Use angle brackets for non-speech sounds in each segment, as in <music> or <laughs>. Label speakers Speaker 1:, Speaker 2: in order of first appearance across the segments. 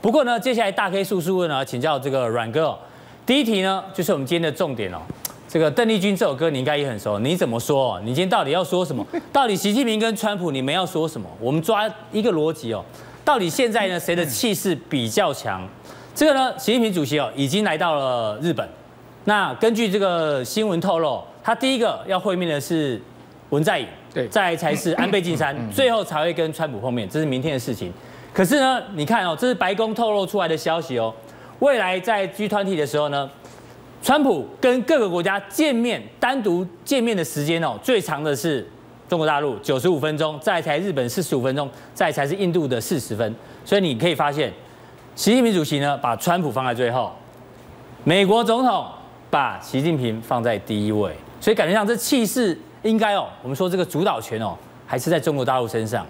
Speaker 1: 不过呢，接下来大 K 叔叔呢，请教这个阮哥、哦，第一题呢，就是我们今天的重点哦。这个邓丽君这首歌你应该也很熟，你怎么说、哦？你今天到底要说什么？到底习近平跟川普你们要说什么？我们抓一个逻辑哦，到底现在呢谁的气势比较强？这个呢，习近平主席哦已经来到了日本。那根据这个新闻透露，他第一个要会面的是文在寅，
Speaker 2: 对
Speaker 1: 再来才是安倍晋三，最后才会跟川普碰面，这是明天的事情。可是呢，你看哦，这是白宫透露出来的消息哦，未来在 G 团体的时候呢，川普跟各个国家见面，单独见面的时间哦，最长的是中国大陆九十五分钟，再来才日本四十五分钟，再来才是印度的四十分。所以你可以发现，习近平主席呢把川普放在最后，美国总统把习近平放在第一位，所以感觉上这气势应该哦，我们说这个主导权哦，还是在中国大陆身上。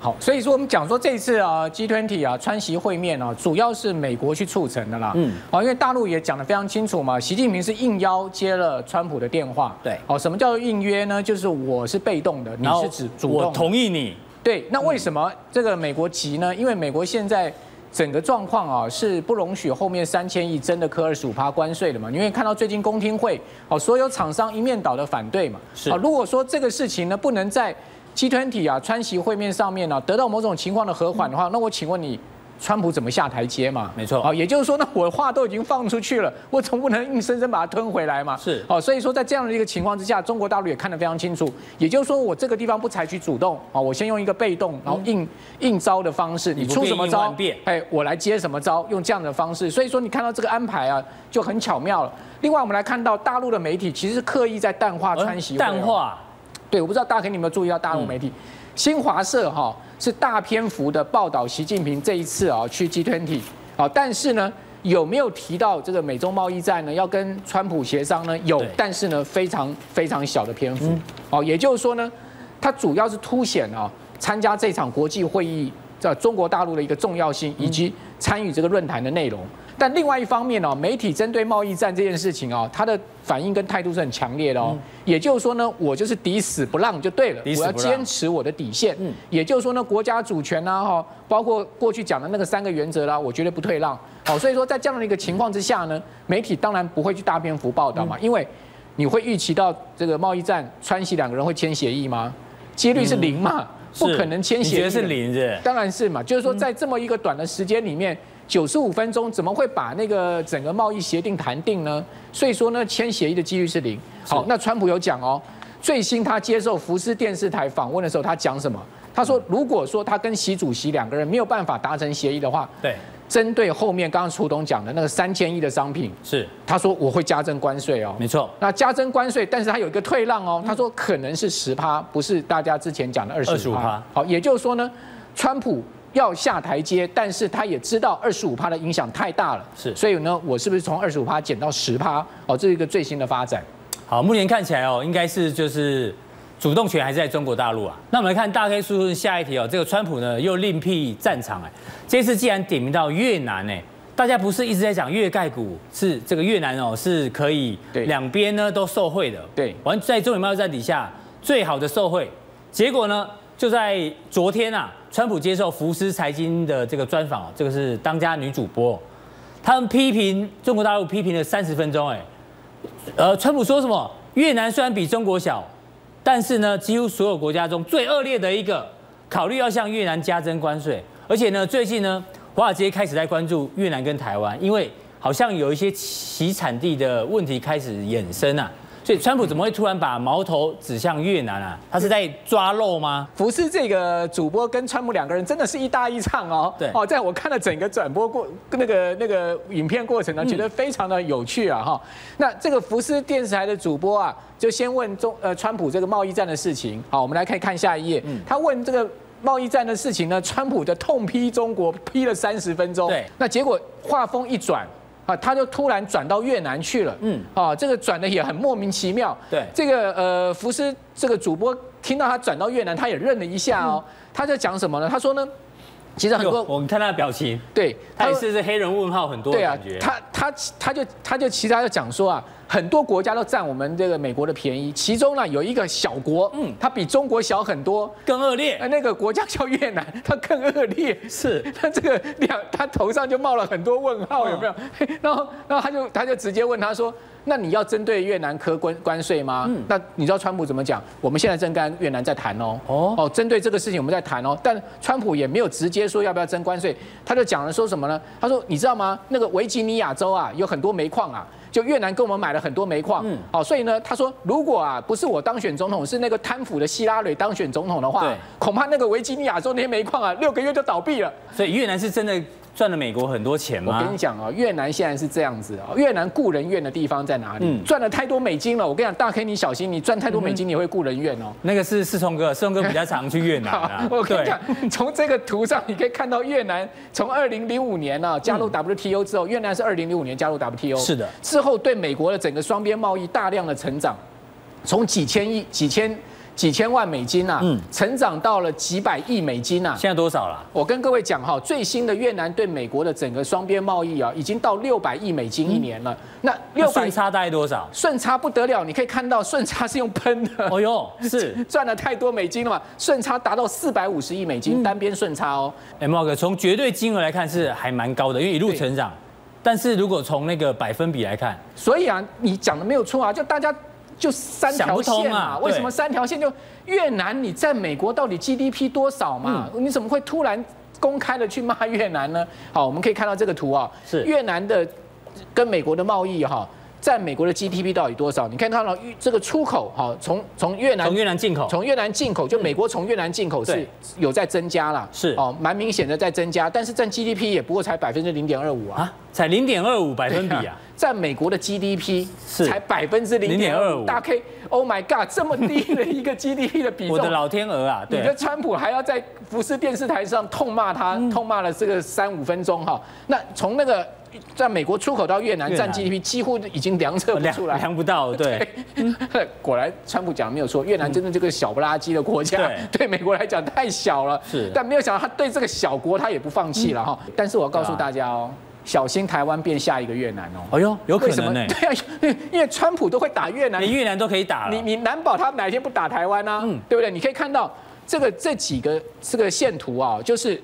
Speaker 2: 好，所以说我们讲说这一次啊 G20 啊川习会面啊，主要是美国去促成的啦。
Speaker 1: 嗯
Speaker 2: 嗯，好，因为大陆也讲得非常清楚嘛，习近平是应邀接了川普的电话。
Speaker 1: 对
Speaker 2: 好，什么叫做应约呢？就是我是被动的，你
Speaker 1: 然后
Speaker 2: 是指主
Speaker 1: 我
Speaker 2: 动的。
Speaker 1: 同意你，
Speaker 2: 对，那为什么这个美国急呢？因为美国现在整个状况啊是不容许后面三千亿真的科二十五趴关税的嘛？因为看到最近公听会哦，所有厂商一面倒的反对嘛。
Speaker 1: 是
Speaker 2: 啊如果说这个事情呢不能在 G 团体啊川习会面上面呢、得到某种情况的和缓的话，那我请问你。川普怎么下台阶嘛？
Speaker 1: 没错
Speaker 2: 好，也就是说，那我话都已经放出去了， <laughs> 我总不能硬生生把它吞回来嘛。
Speaker 1: 是
Speaker 2: 哦，所以说在这样的一个情况之下，中国大陆也看得非常清楚，也就是说我这个地方不采取主动啊，我先用一个被动，然后应应招的方式，你
Speaker 1: 嗯不
Speaker 2: 出
Speaker 1: 变
Speaker 2: 什么
Speaker 1: 应
Speaker 2: 招
Speaker 1: 万变，
Speaker 2: 哎，我来接什么招，用这样的方式。所以说你看到这个安排啊，就很巧妙了。另外，我们来看到大陆的媒体其实是刻意在淡化川习会哦
Speaker 1: 呃淡化，
Speaker 2: 对，我不知道大家有没有注意到大陆媒体，新华社哈、是大篇幅的报道习近平这一次啊、去 G20 啊、但是呢有没有提到这个美中贸易战呢？要跟川普协商呢？有
Speaker 1: 对，
Speaker 2: 但是呢非常非常小的篇
Speaker 1: 嗯
Speaker 2: 幅哦，也就是说呢，它主要是凸显啊、参加这场国际会议在中国大陆的一个重要性，
Speaker 1: 嗯
Speaker 2: 以及参与这个论坛的内容。但另外一方面呢、啊媒体针对贸易战这件事情啊、它的反应跟态度是很强烈的哦。也就是说呢，我就是抵死不让就对了，
Speaker 1: 嗯抵死
Speaker 2: 我要
Speaker 1: 不让
Speaker 2: 坚持我的底线。
Speaker 1: 嗯
Speaker 2: 也就是说呢，国家主权呐，哈，包括过去讲的那个三个原则啦，我绝对不退让。好，所以说在这样的一个情况之下呢，媒体当然不会去大篇幅报道
Speaker 1: 嗯
Speaker 2: 嘛，因为你会预期到这个贸易战，川西两个人会签协议吗？几率是零嘛，不
Speaker 1: 嗯是
Speaker 2: 可能签
Speaker 1: 你
Speaker 2: 协议
Speaker 1: 觉得
Speaker 2: 的。
Speaker 1: 是零是不是？
Speaker 2: 当然是嘛，就是说在这么一个短的时间里面，九十五分钟怎么会把那个整个贸易协定谈定呢？所以说呢，签协议的几率是零。好，那川普有讲哦，最新他接受福斯电视台访问的时候，他讲什么？他说，如果说他跟习主席两个人没有办法达成协议的话，
Speaker 1: 对，
Speaker 2: 针对后面刚刚楚董讲的那个三千亿的商品，
Speaker 1: 是
Speaker 2: 他说我会加征关税哦。
Speaker 1: 没错，
Speaker 2: 那加征关税，但是它有一个退让哦，他说可能是十趴，不是大家之前讲的二十
Speaker 1: 25%
Speaker 2: 五趴。好，也就是说呢，川普要下台阶，但是他也知道二十五趴的影响太大了，
Speaker 1: 是
Speaker 2: 所以呢，我是不是从二十五趴减到十趴？哦，这是一个最新的发展。
Speaker 1: 好，目前看起来哦，应该是就是主动权还是在中国大陆啊。那我们来看大 K 叔叔的下一题哦，这个川普呢又另辟战场哎，这次既然点名到越南哎，大家不是一直在讲越盖股是这个越南哦是可以
Speaker 2: 对
Speaker 1: 两边呢都受惠的，
Speaker 2: 对
Speaker 1: 完在中美贸易战底下最好的受惠，结果呢就在昨天啊，川普接受福斯财经的这个专访哦，这个是当家女主播哦、他们批评中国大陆批评了三十分钟哎。呃，川普说什么？越南虽然比中国小，但是呢，几乎所有国家中最恶劣的一个，考虑要向越南加征关税。而且呢，最近呢，华尔街开始在关注越南跟台湾，因为好像有一些其产地的问题开始衍生啊。所以，川普怎么会突然把矛头指向越南啊？他是在抓漏吗？
Speaker 2: 福斯这个主播跟川普两个人真的是一搭一唱哦。
Speaker 1: 对
Speaker 2: 哦，在我看了整个转播过那个那个影片过程呢，觉得非常的有趣啊哈。那这个福斯电视台的主播啊，就先问中呃川普这个贸易战的事情。好，我们来看看下一页，
Speaker 1: 嗯
Speaker 2: 他问这个。贸易战的事情呢，川普的痛批中国批了三十分钟，
Speaker 1: 对
Speaker 2: 那结果话锋一转啊，他就突然转到越南去了，
Speaker 1: 嗯
Speaker 2: 嗯，啊，这个转的也很莫名其妙，
Speaker 1: 对
Speaker 2: 这个呃，福斯这个主播听到他转到越南，他也愣了一下哦。
Speaker 1: 嗯
Speaker 2: 他在讲什么呢？他说呢，其实很
Speaker 1: 有
Speaker 2: 多
Speaker 1: 我们看他的表情，
Speaker 2: 对，
Speaker 1: 哎他也
Speaker 2: 说
Speaker 1: 是这黑人问号很多的
Speaker 2: 对啊
Speaker 1: 感觉，。
Speaker 2: 他他他就他就其实他就讲说啊，很多国家都占我们这个美国的便宜，其中呢有一个小国，嗯
Speaker 1: 嗯，
Speaker 2: 它比中国小很多，
Speaker 1: 更恶劣
Speaker 2: 呃，那个国家叫越南，它更恶劣，
Speaker 1: 是
Speaker 2: 他这个两，他头上就冒了很多问号，有没有？
Speaker 1: 嗯
Speaker 2: <laughs> 然后，然后他就他就直接问他说：“那你要针对越南科关关税吗？”
Speaker 1: 嗯
Speaker 2: 那你知道川普怎么讲？我们现在正跟越南在谈哦，
Speaker 1: 哦
Speaker 2: 哦，针对这个事情我们在谈哦，但川普也没有直接说要不要征关税，他就讲了说什么呢？他说：“你知道吗？那个维吉尼亚州啊，有很多煤矿啊。”就越南跟我们买了很多煤矿，
Speaker 1: 嗯
Speaker 2: 哦，所以呢，他说如果啊不是我当选总统，是那个贪腐的希拉蕊当选总统的话
Speaker 1: 对，
Speaker 2: 恐怕那个维吉尼亚州那些煤矿啊，六个月就倒闭了。
Speaker 1: 所以越南是真的赚了美国很多钱
Speaker 2: 我
Speaker 1: 吗？
Speaker 2: 跟你讲哦，越南现在是这样子哦，越南雇人怨的地方在哪里？
Speaker 1: 嗯
Speaker 2: 赚了太多美金了，我跟你讲，大 K 你小心，你赚太多美金你会雇人怨哦。
Speaker 1: 那个是世聪哥，世聪哥比较常去越南
Speaker 2: <laughs>。
Speaker 1: 啊
Speaker 2: 我跟你
Speaker 1: 对，
Speaker 2: 讲，从这个图上你可以看到，越南从二零零五年啊加入 WTO 之后，越南是二零零五年加入 WTO，
Speaker 1: 嗯是的
Speaker 2: 之后对美国的整个双边贸易大量的成长，从几千亿、几千几千万美金啊，
Speaker 1: 嗯
Speaker 2: 成长到了几百亿美金啊，
Speaker 1: 现在多少啦？
Speaker 2: 我跟各位讲哈，最新的越南对美国的整个双边贸易啊，已经到六百亿美金一年了。那
Speaker 1: 那
Speaker 2: 六百
Speaker 1: 嗯顺差大概多少？
Speaker 2: 顺差不得了，你可以看到顺差是用喷的，
Speaker 1: <laughs>
Speaker 2: <laughs>
Speaker 1: 哦哟，是。
Speaker 2: 赚了太多美金了嘛，顺差达到四百五十亿美
Speaker 1: 嗯
Speaker 2: 金，单边顺差哦。
Speaker 1: 哎，茂哥，从绝对金额来看是还蛮高的，因为一路成长。但是如果从那个百分比来看，
Speaker 2: 所以啊，你讲的没有错啊，就大家。就三条
Speaker 1: 想不
Speaker 2: 线
Speaker 1: 通
Speaker 2: 嘛
Speaker 1: 啊，
Speaker 2: 为什么三条线就越南？你在美国到底 GDP 多少嘛？
Speaker 1: 嗯
Speaker 2: 你怎么会突然公开的去骂越南呢？好，我们可以看到这个图啊，
Speaker 1: 是
Speaker 2: 越南的跟美国的贸易哈、占美国的 GDP 到底多少？你看看到这个出口哈、从从越南
Speaker 1: 从越南进口，
Speaker 2: 从越南进口，就美国从越南进口是
Speaker 1: 对
Speaker 2: 有在增加啦，
Speaker 1: 是
Speaker 2: 哦，蛮明显的在增加，但是占 GDP 也不过才百分之零点二五啊。
Speaker 1: 啊，才零点二五百分比啊，
Speaker 2: 占美国的 GDP
Speaker 1: 是
Speaker 2: 才百分之零点二五，
Speaker 1: 0.25
Speaker 2: 大 K，Oh my God，这么低的一个 GDP 的比
Speaker 1: 我的
Speaker 2: 重。
Speaker 1: 老天鹅啊，
Speaker 2: 你的
Speaker 1: 对，
Speaker 2: 川普还要在福斯电视台上痛骂他，
Speaker 1: 嗯
Speaker 2: 痛骂了这个三五分钟哈。那从那个在美国出口到越南
Speaker 1: 越南
Speaker 2: 占 GDP 几乎已经量测不
Speaker 1: 量
Speaker 2: 出来，
Speaker 1: 量不到，对，
Speaker 2: <laughs> 果然，川普讲的没有错，越南真的这个小不拉几的国家， <laughs> 对美国来讲太小了。
Speaker 1: 是
Speaker 2: 但没有想到他对这个小国他也不放弃了哈。但是我要告诉大家哦，
Speaker 1: 啊
Speaker 2: 小心台湾变下一个越南哦。
Speaker 1: 哎呦，有可
Speaker 2: 为什么
Speaker 1: 能呢，
Speaker 2: <laughs> 对啊，因为因为川普都会打越南
Speaker 1: 连，越南都可以打
Speaker 2: 你
Speaker 1: 了，
Speaker 2: 你难保他哪一天不打台湾啊，
Speaker 1: 嗯
Speaker 2: 对不对？你可以看到这个这几个这个线图啊，就是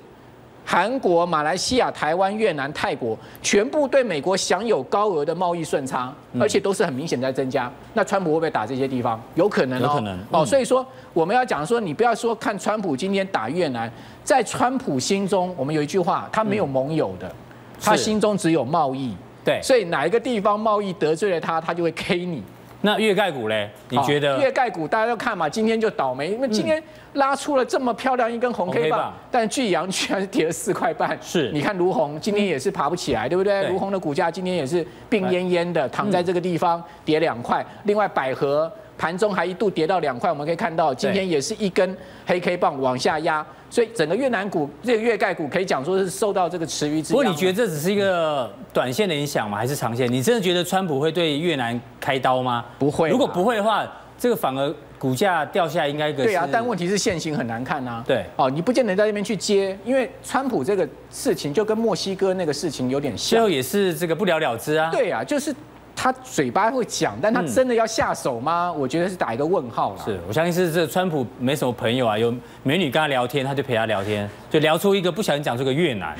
Speaker 2: 韩国、马来西亚、台湾、越南、泰国全部对美国享有高额的贸易顺差，
Speaker 1: 嗯
Speaker 2: 而且都是很明显在增加。那川普会不会打这些地方？有可能哦，
Speaker 1: 有可能
Speaker 2: 哦。
Speaker 1: 嗯
Speaker 2: 所以说我们要讲说，你不要说看川普今天打越南，在川普心中，我们有一句话，他没有盟友的，他
Speaker 1: 嗯是
Speaker 2: 心中只有贸易。
Speaker 1: 对。
Speaker 2: 所以哪一个地方贸易得罪了他，他就会 K 你。
Speaker 1: 那越盖股嘞，你觉
Speaker 2: 好哦越
Speaker 1: 得？嗯
Speaker 2: 盖股大家都看嘛，今天就倒霉，因为今天拉出了这么漂亮一根红
Speaker 1: 红
Speaker 2: K
Speaker 1: 黑
Speaker 2: 棒
Speaker 1: 棒，
Speaker 2: 但巨阳居然是跌了四块半。
Speaker 1: 是
Speaker 2: 你看卢红今天也是爬不起来，对不对？
Speaker 1: 对
Speaker 2: 卢红的股价今天也是病恹恹的，躺在这个地
Speaker 1: 嗯
Speaker 2: 方跌两块。另外百合盘中还一度跌到两块，我们可以看到今天也是一根黑 K 棒往下压，所以整个越南股这个越盖股可以讲说是受到这个池鱼之殃。啊
Speaker 1: 不过你觉得这只是一个短线的影响吗？还是长线？你真的觉得川普会对越南开刀吗？
Speaker 2: 不会吧
Speaker 1: 如果不会的话，这个反而股价掉下来应该个
Speaker 2: 对啊
Speaker 1: 是，
Speaker 2: 但问题是现行很难看啊。
Speaker 1: 对
Speaker 2: 哦，你不见得在那边去接，因为川普这个事情就跟墨西哥那个事情有点
Speaker 1: 最
Speaker 2: 像
Speaker 1: 后。也是这个不了了之啊。
Speaker 2: 对啊，就是他嘴巴会讲，但他
Speaker 1: 嗯
Speaker 2: 真的要下手吗？我觉得是打一个问号啦。
Speaker 1: 是，我相信是这川普没什么朋友啊，有美女跟他聊天，他就陪他聊天，就聊出一个不小心讲出个越南。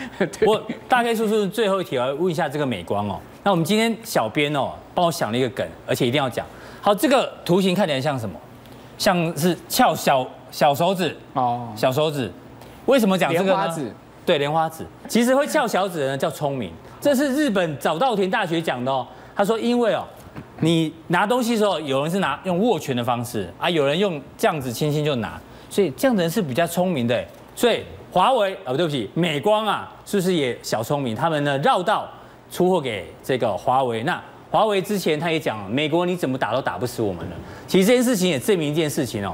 Speaker 1: 我大概叔叔最后一题，我要问一下这个美光哦。那我们今天小编哦帮我想了一个梗，而且一定要讲。好，这个图形看起来像什么？像是翘小小手指，
Speaker 2: 哦，
Speaker 1: 小手指。为什么讲这个
Speaker 2: 莲
Speaker 1: 呢？
Speaker 2: 花指
Speaker 1: 对，莲花指。其实会翘小指的人叫聪明，这是日本早稻田大学讲的哦。他说，因为哦，你拿东西的时候，有人是拿用握拳的方式啊，有人用这样子轻轻就拿，所以这样的人是比较聪明的。欸所以华为哦，对不起，美光啊，是不是也小聪明？他们呢绕道出货给这个华为。那华为之前他也讲，美国你怎么打都打不死我们了。其实这件事情也证明一件事情哦，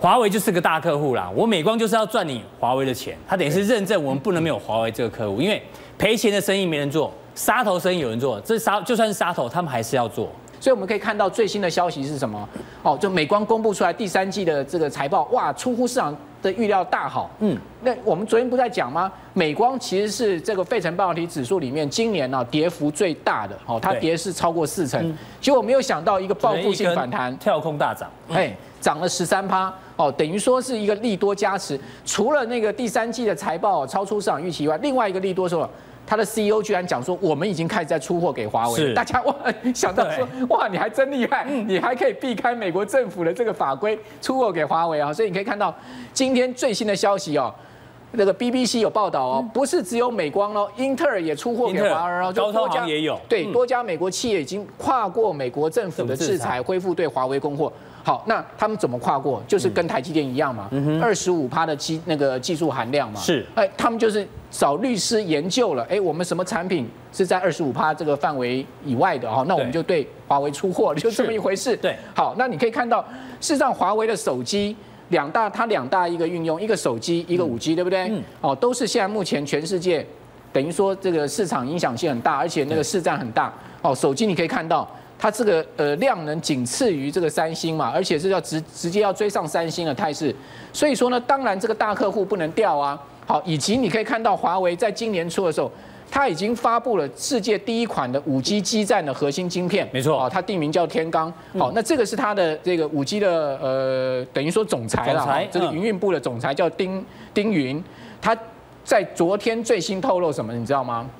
Speaker 1: 华为就是个大客户啦，我美光就是要赚你华为的钱，他等于是认证我们不能没有华为这个客户，因为赔钱的生意没人做，杀头生意有人做，这杀就算是杀头，他们还是要做。
Speaker 2: 所以我们可以看到最新的消息是什么？哦，就美光公布出来第三季的这个财报，哇，出乎市场的预料大好。
Speaker 1: 嗯，
Speaker 2: 那我们昨天不在讲吗？美光其实是这个费城半导体指数里面今年呢、啊跌幅最大的，哦，它
Speaker 1: 对嗯
Speaker 2: 跌是超过四成。结果没有想到一个报复性反弹，
Speaker 1: 跳空大涨，
Speaker 2: 哎，涨了十三趴哦，等于说是一个利多加持。除了那个第三季的财报哦超出市场预期以外，另外一个利多是什么？他的 CEO 居然讲说，我们已经开始在出货给华为
Speaker 1: 是嗯
Speaker 2: 了，大家哇想到说，哇，你还真厉害，你还可以避开美国政府的这个法规出货给华为啊，所以你可以看到今天最新的消息哦。那个 BBC 有报道哦，不是只有美光哦，英特尔也出货给
Speaker 1: 嗯英特尔
Speaker 2: 华为哦，就
Speaker 1: 高通
Speaker 2: 多家
Speaker 1: 好像也有
Speaker 2: 对
Speaker 1: 嗯
Speaker 2: 多家美国企业已经跨过美国政府的
Speaker 1: 政府制
Speaker 2: 制
Speaker 1: 裁
Speaker 2: 裁。恢复对华为供货。好，那他们怎么跨过？就是
Speaker 1: 嗯
Speaker 2: 跟台积电一样嘛，二十五趴的技那个技术含量嘛。
Speaker 1: 是
Speaker 2: 哎，他们就是找律师研究了，哎，我们什么产品是在二十五趴这个范围以外的哈，那我们
Speaker 1: 对
Speaker 2: 就对华为出货，就这么
Speaker 1: 是
Speaker 2: 一回事。
Speaker 1: 对
Speaker 2: 好，那你可以看到，事实上华为的手机。两大，它两大一个运用，一个手机，一个五 G，对不对？
Speaker 1: 嗯
Speaker 2: 哦，都是现在目前全世界等于说这个市场影响性很大，而且那个市占很大。哦，手机你可以看到它这个呃量能仅次于这个三星嘛，而且是要直直接要追上三星的态势。所以说呢，当然这个大客户不能掉啊。好，以及你可以看到华为在今年初的时候。它已经发布了世界第一款的五 G 基站的核心晶片，
Speaker 1: 没错
Speaker 2: 哦，它定名叫天罡。
Speaker 1: 嗯
Speaker 2: 好，那这个是它的这个五 G 的呃，等于说总裁了，
Speaker 1: 总裁
Speaker 2: 哦这个
Speaker 1: 嗯
Speaker 2: 云运部的总裁叫丁丁云，他在昨天最新透露什么，你知道吗？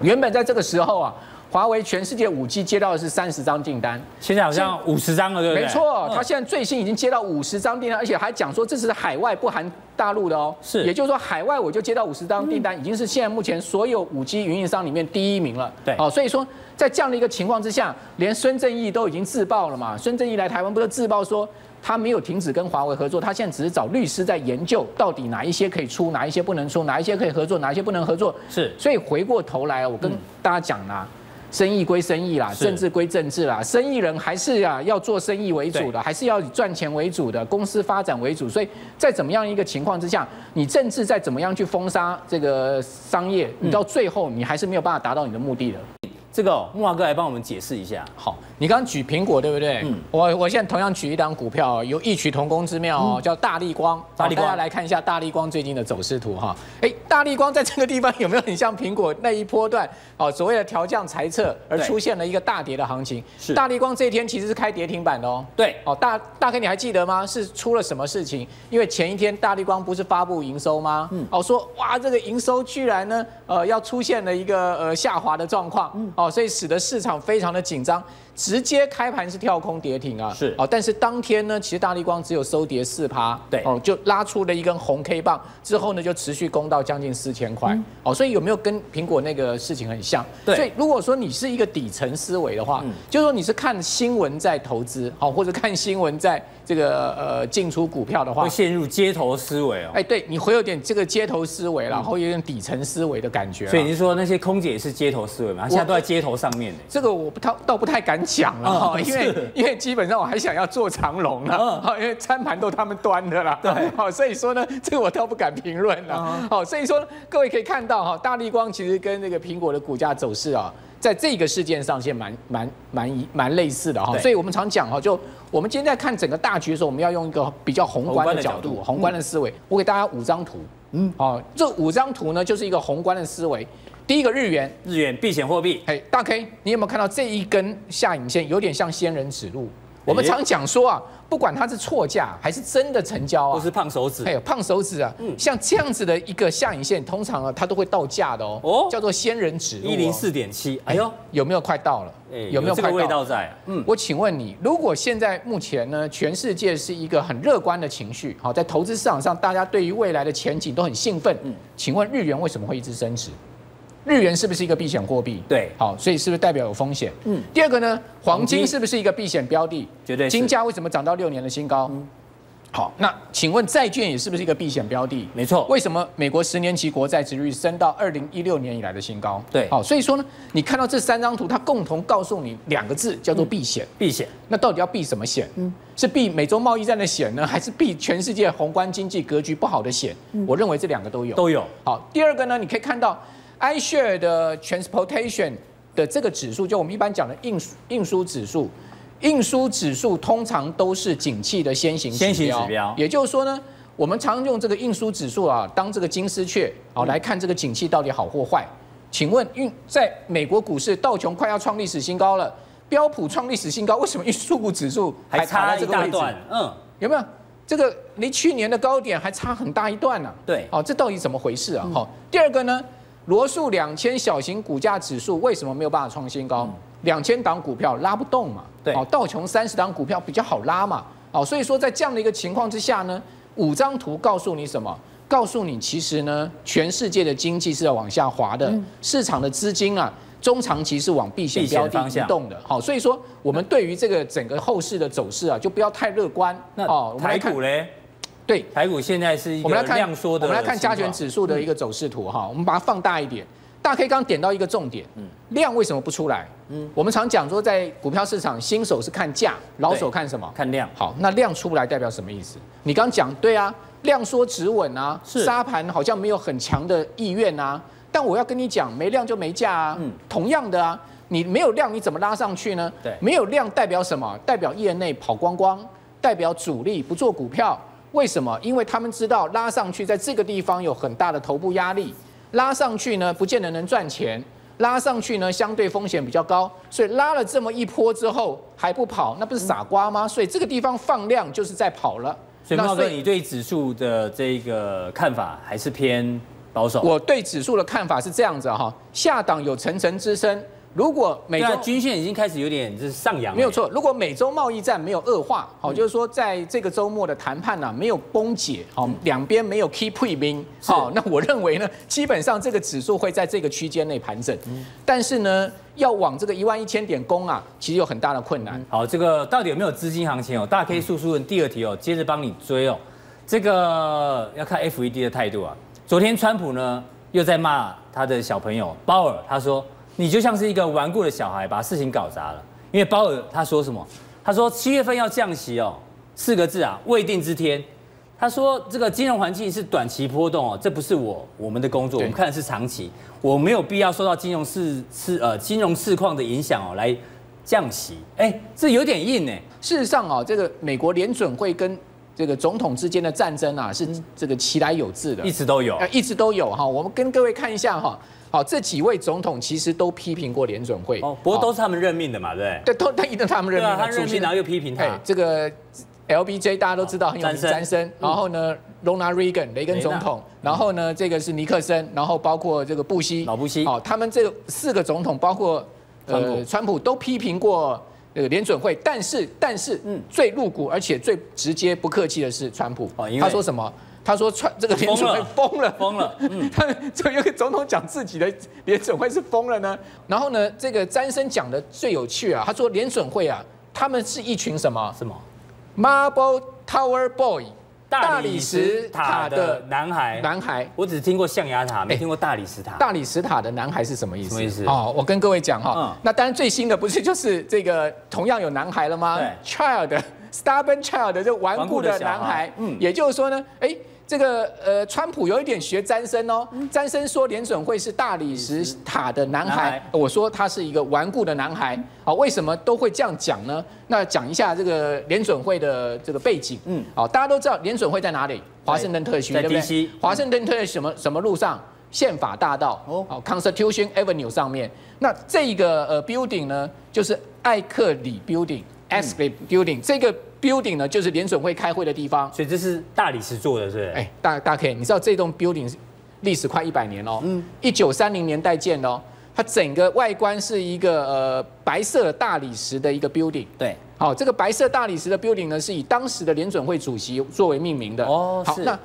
Speaker 2: 原本在这个时候啊，华为全世界五 G 接到的是三十张订单，
Speaker 1: 现在好像五十张了，对不对？
Speaker 2: 没错，
Speaker 1: 嗯
Speaker 2: 他现在最新已经接到五十张订单，而且还讲说这是海外不含大陆的哦。
Speaker 1: 是
Speaker 2: 也就是说海外我就接到五十张订单，已经是现在目前所有五 G 运营商里面第一名了。
Speaker 1: 对
Speaker 2: 哦，所以说在这样的一个情况之下，连孙正义都已经自曝了嘛。孙正义来台湾不是自曝说。他没有停止跟华为合作，他现在只是找律师在研究到底哪一些可以出，哪一些不能出，哪一些可以合作，哪一些不能合作。
Speaker 1: 是
Speaker 2: 所以回过头来，我跟大家讲啦，生意归生意啦，
Speaker 1: 是
Speaker 2: 政治归政治啦，生意人还是啊要做生意为主
Speaker 1: 对
Speaker 2: 的，还是要以赚钱为主的，公司发展为主。所以在怎么样一个情况之下，你政治再怎么样去封杀这个商业，
Speaker 1: 嗯
Speaker 2: 你到最后你还是没有办法达到你的目的的。
Speaker 1: 这个哦木华哥来帮我们解释一下，
Speaker 2: 好，你刚刚举苹果对不对？
Speaker 1: 嗯
Speaker 2: 我我现在同样举一档股票，有异曲同工之妙哦，叫大力光。
Speaker 1: 嗯大力光
Speaker 2: 好大家来看一下大力光最近的走势图哈。哎，大力光在这个地方有没有很像苹果那一波段哦？所谓的调降裁撤而
Speaker 1: 对
Speaker 2: 出现了一个大跌的行情
Speaker 1: 是。
Speaker 2: 大力光这一天其实是开跌停板的哦。
Speaker 1: 对
Speaker 2: 哦，大大哥，你还记得吗？是出了什么事情？因为前一天大力光不是发布营收吗？嗯，哦，说哇，这个营收居然呢，呃，要出现了一个呃下滑的状况，嗯，哦，所以使得市场非常的紧张，直接开盘是跳空跌停啊，
Speaker 1: 是
Speaker 2: 哦，但是当天呢，其实大力光只有收跌四趴，
Speaker 1: 对
Speaker 2: 哦，就拉出了一根红 K 棒，之后呢就持续攻到将近四千块，哦，所以有没有跟苹果那个事情很像？
Speaker 1: 嗯对
Speaker 2: 所以如果说你是一个底层思维的话，
Speaker 1: 嗯
Speaker 2: 就是说你是看新闻在投资，好，或者看新闻在这个呃进出股票的话
Speaker 1: 会，陷入街头思维哦。
Speaker 2: 哎，对你会有点这个街头思维啦，然后有点底层思维的感觉啦。
Speaker 1: 嗯所以你是说那些空姐也是街头思维吗？她现在都在街头上面呢。
Speaker 2: 这个我不太倒不太敢讲了哈，
Speaker 1: 嗯
Speaker 2: 因为
Speaker 1: 是
Speaker 2: 因为基本上我还想要做长龙了，好，因为餐盘都他们端的啦，哦对，哦好，所以说呢，这个我倒不敢评论了，好，所以说呢各位可以看到哈，大力光其实跟那个苹果的股价走势啊。在这个事件上，现在蛮蛮蛮一蛮类似的哈，
Speaker 1: 对
Speaker 2: 所以我们常讲哈，就我们今天在看整个大局的时候，我们要用一个比较宏
Speaker 1: 宏
Speaker 2: 观
Speaker 1: 观的
Speaker 2: 的
Speaker 1: 角
Speaker 2: 角
Speaker 1: 度
Speaker 2: 度、宏观的思维。我给大家五张图，嗯，哦，这五张图呢，就是一个宏观的思维。第一个日元，
Speaker 1: 日元避险货币，
Speaker 2: 哎，大 K，你有没有看到这一根下影线有点像仙人指路？我们
Speaker 1: 哎
Speaker 2: 常讲说啊，不管它是错价还是真的成交
Speaker 1: 或
Speaker 2: 啊
Speaker 1: 是，嗯胖手指
Speaker 2: 哎，呦胖手指啊，像这样子的一个下影线，通常啊它都会到价的
Speaker 1: 哦
Speaker 2: 哦，叫做仙人指路。哦
Speaker 1: 一零，四点七，哎呦，
Speaker 2: 有没有快到了
Speaker 1: 哎？
Speaker 2: 有没有
Speaker 1: 这
Speaker 2: 快
Speaker 1: 个味
Speaker 2: 到
Speaker 1: 道？在？嗯，
Speaker 2: 我请问你，如果现在目前呢，全世界是一个很乐观的情绪，好，在投资市场上，大家对于未来的前景都很兴奋。
Speaker 1: 嗯
Speaker 2: 请问日元为什么会一直升值？日元是不是一个避险货币？
Speaker 1: 对
Speaker 2: 好，所以是不是代表有风险？
Speaker 1: 嗯
Speaker 2: 嗯。第二个呢，黄
Speaker 1: 黄金
Speaker 2: 金是不是一个避险标的？
Speaker 1: 绝对是嗯
Speaker 2: 金价为什么涨到六年的新高？好，那请问债券也是不是一个避险标的？
Speaker 1: 没错
Speaker 2: 为什么美国十年期国债殖率升到二零一六年以来的新高？
Speaker 1: 对
Speaker 2: 好，所以说呢，你看到这三张图，它共同告诉你两个字，叫做避险。
Speaker 1: 避险
Speaker 2: 那到底要避什么险？是避美洲贸易战的险呢，还是避全世界宏观经济格局不好的险？我认为这两个都有。
Speaker 1: 都有，
Speaker 2: 好，第二个呢，你可以看到 iShare 的 Transportation 的这个指数，就我们一般讲的运输运输指数，运输指数通常都是景气的先行
Speaker 1: 先
Speaker 2: 指
Speaker 1: 行
Speaker 2: 标。
Speaker 1: 指标
Speaker 2: 也就是说呢，我们常用这个运输指数啊，当这个金丝雀
Speaker 1: 嗯
Speaker 2: 啊来看这个景气到底好或坏。请问运在美国股市道琼快要创历史新高了，标普创历史新高，为什么运输股指数
Speaker 1: 还
Speaker 2: 卡
Speaker 1: 差
Speaker 2: 在
Speaker 1: 一
Speaker 2: 这个
Speaker 1: 大
Speaker 2: 位置？哦
Speaker 1: 段，嗯，
Speaker 2: 有没有？这个离去年的高点还差很大一段呢、
Speaker 1: 对嗯
Speaker 2: 哦，这到底怎么回事啊？好、第二个呢，罗素两千小型股价指数为什么没有办法创新高？两千档股票拉不动嘛，
Speaker 1: 嗯对
Speaker 2: 哦，道琼三十档股票比较好拉嘛，哦，所以说在这样的一个情况之下呢，五张图告诉你什么？告诉你，其实呢，全世界的经济是要往下滑的，市场的资金啊，中长期是往避险
Speaker 1: 嗯避险
Speaker 2: 标的
Speaker 1: 方
Speaker 2: 移
Speaker 1: 向
Speaker 2: 动的。好，所以说我们对于这个整个后市的走势啊，就不要太乐观。哦，
Speaker 1: 那
Speaker 2: 我们来
Speaker 1: 台
Speaker 2: 看
Speaker 1: 股嘞？
Speaker 2: 对，
Speaker 1: 台股现在是一
Speaker 2: 我
Speaker 1: 个
Speaker 2: 们来看
Speaker 1: 量缩的嗯
Speaker 2: 我
Speaker 1: 情况，
Speaker 2: 们来看加权指数的一个走势图哈，我们把它放大一点。大 K 刚点到一个重点，
Speaker 1: 嗯
Speaker 2: 量为什么不出来？嗯，我们常讲说，在股票市场，新手是看价，老手看什么？
Speaker 1: 看量，
Speaker 2: 好，那量出不来代表什么意思？你刚讲对啊，量缩止稳啊，
Speaker 1: 是
Speaker 2: 沙盘好像没有很强的意愿啊。但我要跟你讲，没量就没价啊。
Speaker 1: 嗯
Speaker 2: 同样的啊，你没有量你怎么拉上去呢？
Speaker 1: 对
Speaker 2: 没有量代表什么？代表业内跑光光，代表主力不做股票。为什么？因为他们知道拉上去在这个地方有很大的头部压力，拉上去呢不见得能赚钱，拉上去呢相对风险比较高，所以拉了这么一波之后还不跑，那不是傻瓜吗？所以这个地方放量就是在跑了。
Speaker 1: 嗯所以
Speaker 2: 那
Speaker 1: 茂哥，你对指数的这个看法还是偏保守？
Speaker 2: 我对指数的看法是这样子哈、下档有层层之声，如果每
Speaker 1: 对
Speaker 2: 周
Speaker 1: 啊，均线已经开始有点就是上扬，
Speaker 2: 没有。错，如果美洲贸易战没有恶化，
Speaker 1: 嗯
Speaker 2: 好，就是说在这个周末的谈判呢、没有崩解，好，两边没有 keep 会兵，
Speaker 1: 嗯是
Speaker 2: 好， <laughs> 那我认为呢，基本上这个指数会在这个区间内盘整，
Speaker 1: 嗯
Speaker 2: 但是呢，要往这个一万一千点攻啊，其实有很大的困难。
Speaker 1: 好，这个到底有没有资金行情哦？大 K 速速问第二题哦，接着帮你追哦。这个要看 FED 的态度啊。昨天川普呢又在骂他的小朋友鲍尔，他说你就像是一个顽固的小孩，把事情搞砸了。因为鲍尔他说什么？他说七月份要降息哦，四个字啊，未定之天。他说这个金融环境是短期波动哦，这不是我我们的工作，我
Speaker 2: 对
Speaker 1: 们看的是长期，我没有必要受到金融市市呃金融市况的影响哦来降息。哎，这有点硬哎，
Speaker 2: 事实上啊，这个美国联准会跟这个总统之间的战争啊，是这个其来有自的
Speaker 1: 嗯一，直都有
Speaker 2: 呃，一直都有哈。我们跟各位看一下哈，好，这几位总统其实都批评过联准会，
Speaker 1: 哦，不过都
Speaker 2: 好
Speaker 1: 是他们任命的嘛，对不对？
Speaker 2: 对，都但一定他们任
Speaker 1: 对
Speaker 2: 命
Speaker 1: 啊，
Speaker 2: 的，
Speaker 1: 他任
Speaker 2: 主
Speaker 1: 命
Speaker 2: 席
Speaker 1: 然后又批评
Speaker 2: 哎
Speaker 1: 他，，
Speaker 2: 这个 LBJ 大家都知道很有名，
Speaker 1: 詹森嗯
Speaker 2: 詹森，然后呢，Ronald Reagan 雷根总统，然后呢，这个是尼克森，然后包括这个布希，
Speaker 1: 老布希
Speaker 2: 哦，他们这四个总统，包括
Speaker 1: 川普
Speaker 2: 呃川普都批评过。呃，联准会，但是但是，
Speaker 1: 嗯
Speaker 2: 最露骨而且最直接不客气的是川普
Speaker 1: 哦因为，
Speaker 2: 他说什么？他说川这个联准会疯了，
Speaker 1: 疯了，嗯，
Speaker 2: <laughs> 他就有个总统讲自己的联准会是疯了呢。然后呢，这个詹森讲的最有趣啊，他说联准会啊，他们是一群什么
Speaker 1: 什么
Speaker 2: Marble Tower Boy
Speaker 1: 大理石塔的男孩？
Speaker 2: 男孩。
Speaker 1: 我只听过象牙塔，没听过大理石塔。
Speaker 2: 哎大理石塔的男孩是什么意思？
Speaker 1: 什么意思
Speaker 2: 哦，我跟各位讲哈、
Speaker 1: 嗯
Speaker 2: 那当然最新的不是就是这个同样有男孩了吗
Speaker 1: 对
Speaker 2: ？Child stubborn child 就顽固的
Speaker 1: 顽固的
Speaker 2: 男
Speaker 1: 小孩
Speaker 2: 孩，
Speaker 1: 嗯
Speaker 2: 嗯，也就是说呢，哎、这个呃，川普有一点学詹森哦。詹森说联准会是大理石塔的男
Speaker 1: 男
Speaker 2: 孩，
Speaker 1: 孩
Speaker 2: 我说他是一个顽固的男孩。好，为什么都会这样讲呢？那讲一下这个联准会的这个背景。
Speaker 1: 嗯
Speaker 2: 嗯，好，大家都知道联准会在哪里？华盛顿特区，
Speaker 1: 在
Speaker 2: 对不对
Speaker 1: DC
Speaker 2: 华盛顿特区什么什么路上？宪法大道
Speaker 1: 哦
Speaker 2: 哦，Constitution Avenue 上面。那这个呃 building 呢，就是艾克里 building、Ashley building 这个 building 呢，就是联准会开会的地方。
Speaker 1: 所以这是大理石做的，是不是？
Speaker 2: 哎，大大 K，你知道这栋 building 历史快一百年哦，嗯，一九三零年代建的哦，它整个外观是一个呃白色的大理石的一个 building。
Speaker 1: 对，
Speaker 2: 好，这个白色大理石的 building 呢，是以当时的联准会主席作为命名的。
Speaker 1: 哦
Speaker 2: 好
Speaker 1: 是，
Speaker 2: 那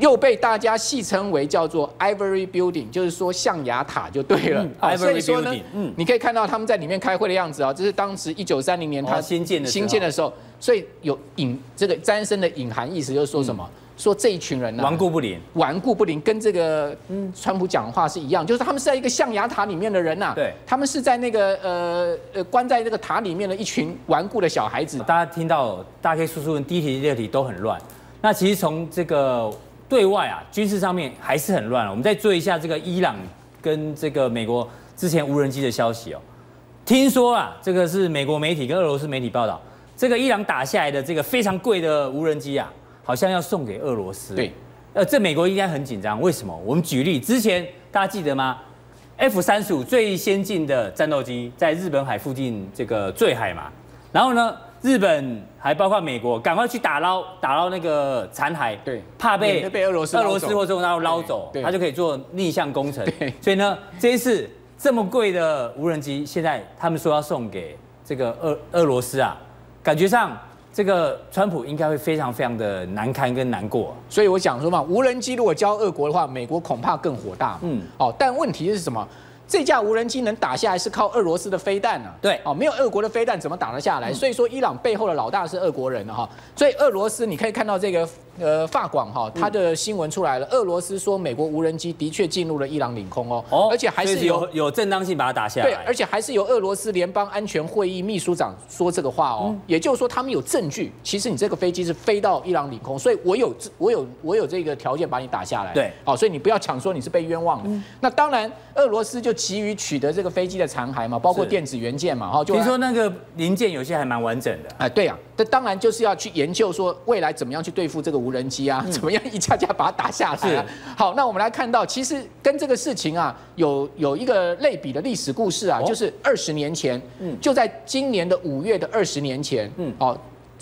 Speaker 2: 又被大家戏称为叫做 Ivory Building，就是说象牙塔就对了。
Speaker 1: 嗯
Speaker 2: 好所以
Speaker 1: Ivory
Speaker 2: 说呢
Speaker 1: Building，嗯
Speaker 2: 你可以看到他们在里面开会的样子啊、这是当时一九三零年
Speaker 1: 哦
Speaker 2: 他
Speaker 1: 新建的时候
Speaker 2: 新建的时候，所以有隐这个詹森的隐含意思就是说什么？
Speaker 1: 嗯
Speaker 2: 说这一群人呢、啊
Speaker 1: 顽固不灵。
Speaker 2: 顽固不灵，跟这个川普讲话是一样，就是他们是在一个象牙塔里面的人呐、
Speaker 1: 对
Speaker 2: 他们是在那个呃呃关在这个塔里面的一群顽固的小孩子。
Speaker 1: 大家听到大 K 叔叔问第一题、第二题都很乱。那其实从这个对外啊，军事上面还是很乱啊。我们再追一下这个伊朗跟这个美国之前无人机的消息哦。听说啊，这个是美国媒体跟俄罗斯媒体报道，这个伊朗打下来的这个非常贵的无人机啊，好像要送给俄罗斯。
Speaker 2: 对，
Speaker 1: 呃，这美国应该很紧张。为什么？我们举例，之前大家记得吗？F 三十五最先进的战斗机在日本海附近这个坠海嘛，然后呢，日本还包括美国，赶快去打捞打捞那个残骸，
Speaker 2: 对
Speaker 1: 怕
Speaker 2: 免
Speaker 1: 被
Speaker 2: 得被俄罗斯
Speaker 1: 俄
Speaker 2: 捞
Speaker 1: 罗斯
Speaker 2: 走
Speaker 1: 或中国大陆捞走，
Speaker 2: 对对
Speaker 1: 他就可以做逆向工程
Speaker 2: 对。
Speaker 1: 所以呢，这一次这么贵的无人机，现在他们说要送给这个俄俄罗斯啊，感觉上这个川普应该会非常非常的难堪跟难过。
Speaker 2: 所以我讲说嘛，无人机如果交俄国的话，美国恐怕更火大嘛。
Speaker 1: 嗯
Speaker 2: 嗯，哦，但问题是什么？这架无人机能打下来是靠俄罗斯的飞弹啊。
Speaker 1: 对
Speaker 2: 哦，没有俄国的飞弹怎么打得下来？所以说伊朗背后的老大是俄国人了啊哈。所以俄罗斯你可以看到这个呃法广哈，它的新闻出来了，俄罗斯说美国无人机的确进入了伊朗领空哦，而且还
Speaker 1: 所以
Speaker 2: 是有
Speaker 1: 有有正当性把它打下
Speaker 2: 对，
Speaker 1: 来
Speaker 2: 而。且还是由俄罗斯联邦安全会议秘书长说这个话哦，
Speaker 1: 嗯
Speaker 2: 也就是说他们有证据，其实你这个飞机是飞到伊朗领空，所以我有我有我有这个条件把你打下来，
Speaker 1: 对嗯
Speaker 2: 好、所以你不要讲说你是被冤枉的。那当然，俄罗斯就急于取得这个飞机的残骸嘛，包括
Speaker 1: 是
Speaker 2: 电子元件嘛，哈、就
Speaker 1: 听说那个零件有些还蛮完整的。
Speaker 2: 啊，对啊，这当然就是要去研究说未来怎么样去对付这个无人机
Speaker 1: 嗯
Speaker 2: 啊，怎么样一架架把它打下来、啊。好，那我们来看到，其实跟这个事情啊，有有一个类比的历史故事啊，
Speaker 1: 哦
Speaker 2: 就是二十年前，
Speaker 1: 嗯
Speaker 2: 就在今年的五月的二十年前，
Speaker 1: 嗯
Speaker 2: 嗯，哦。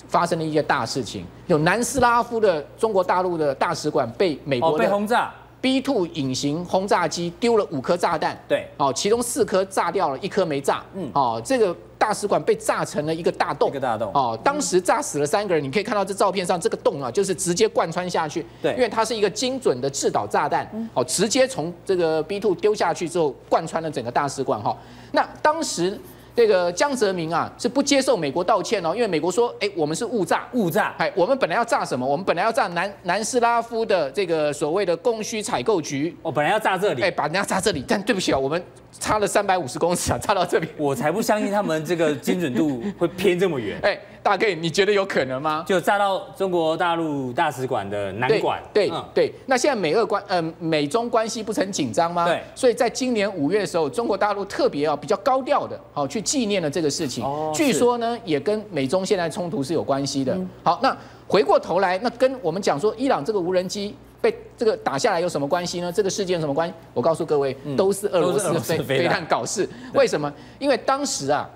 Speaker 2: 发生了一件大事情，有南斯拉夫的中国大陆的大使馆被美
Speaker 1: 哦，
Speaker 2: 国
Speaker 1: 被
Speaker 2: 的
Speaker 1: 轰炸。
Speaker 2: B two 隐形轰炸机丢了五颗炸弹，
Speaker 1: 对
Speaker 2: 哦，其中四颗炸掉了，一颗没炸，
Speaker 1: 嗯
Speaker 2: 嗯，哦，这个大使馆被炸成了一个大洞，
Speaker 1: 一个大洞
Speaker 2: 哦，当时炸死了三个人，你可以看到这照片上这个洞啊，就是直接贯穿下去，
Speaker 1: 对嗯
Speaker 2: 因为它是一个精准的制导炸弹，哦，直接从这个 B two 丢下去之后，贯穿了整个大使馆哈。那当时这个江泽民啊是不接受美国道歉哦，因为美国说，哎，我们是误炸，
Speaker 1: 误炸，
Speaker 2: 哎，我们本来要炸什么？我们本来要炸南南斯拉夫的这个所谓的供需采购局，
Speaker 1: 我哦本来要炸这里
Speaker 2: 哎，，把人家炸这里，但对不起啊，我们差了三百五十公尺啊，差到这边。
Speaker 1: 我才不相信他们这个精准度会偏这么远，
Speaker 2: 哎，大概你觉得有可能吗？
Speaker 1: 就炸到中国大陆大使馆的南
Speaker 2: 对
Speaker 1: 馆。
Speaker 2: 对
Speaker 1: 嗯
Speaker 2: 对，那现在美俄关呃美中关系不是很紧张吗？
Speaker 1: 对
Speaker 2: 所以在今年五月的时候，中国大陆特别啊比较高调的，好、去纪念了这个事情。
Speaker 1: 哦
Speaker 2: 据
Speaker 1: 是嗯
Speaker 2: 说呢，也跟美中现在冲突是有关系的。好，那回过头来，那跟我们讲说伊朗这个无人机。被这个打下来有什么关系呢？这个事件有什么关系？我告诉各位，都是俄罗
Speaker 1: 嗯都是俄
Speaker 2: 斯
Speaker 1: 罗斯
Speaker 2: 飞
Speaker 1: 飞弹
Speaker 2: 飞弹搞事。为什么？因为当时啊，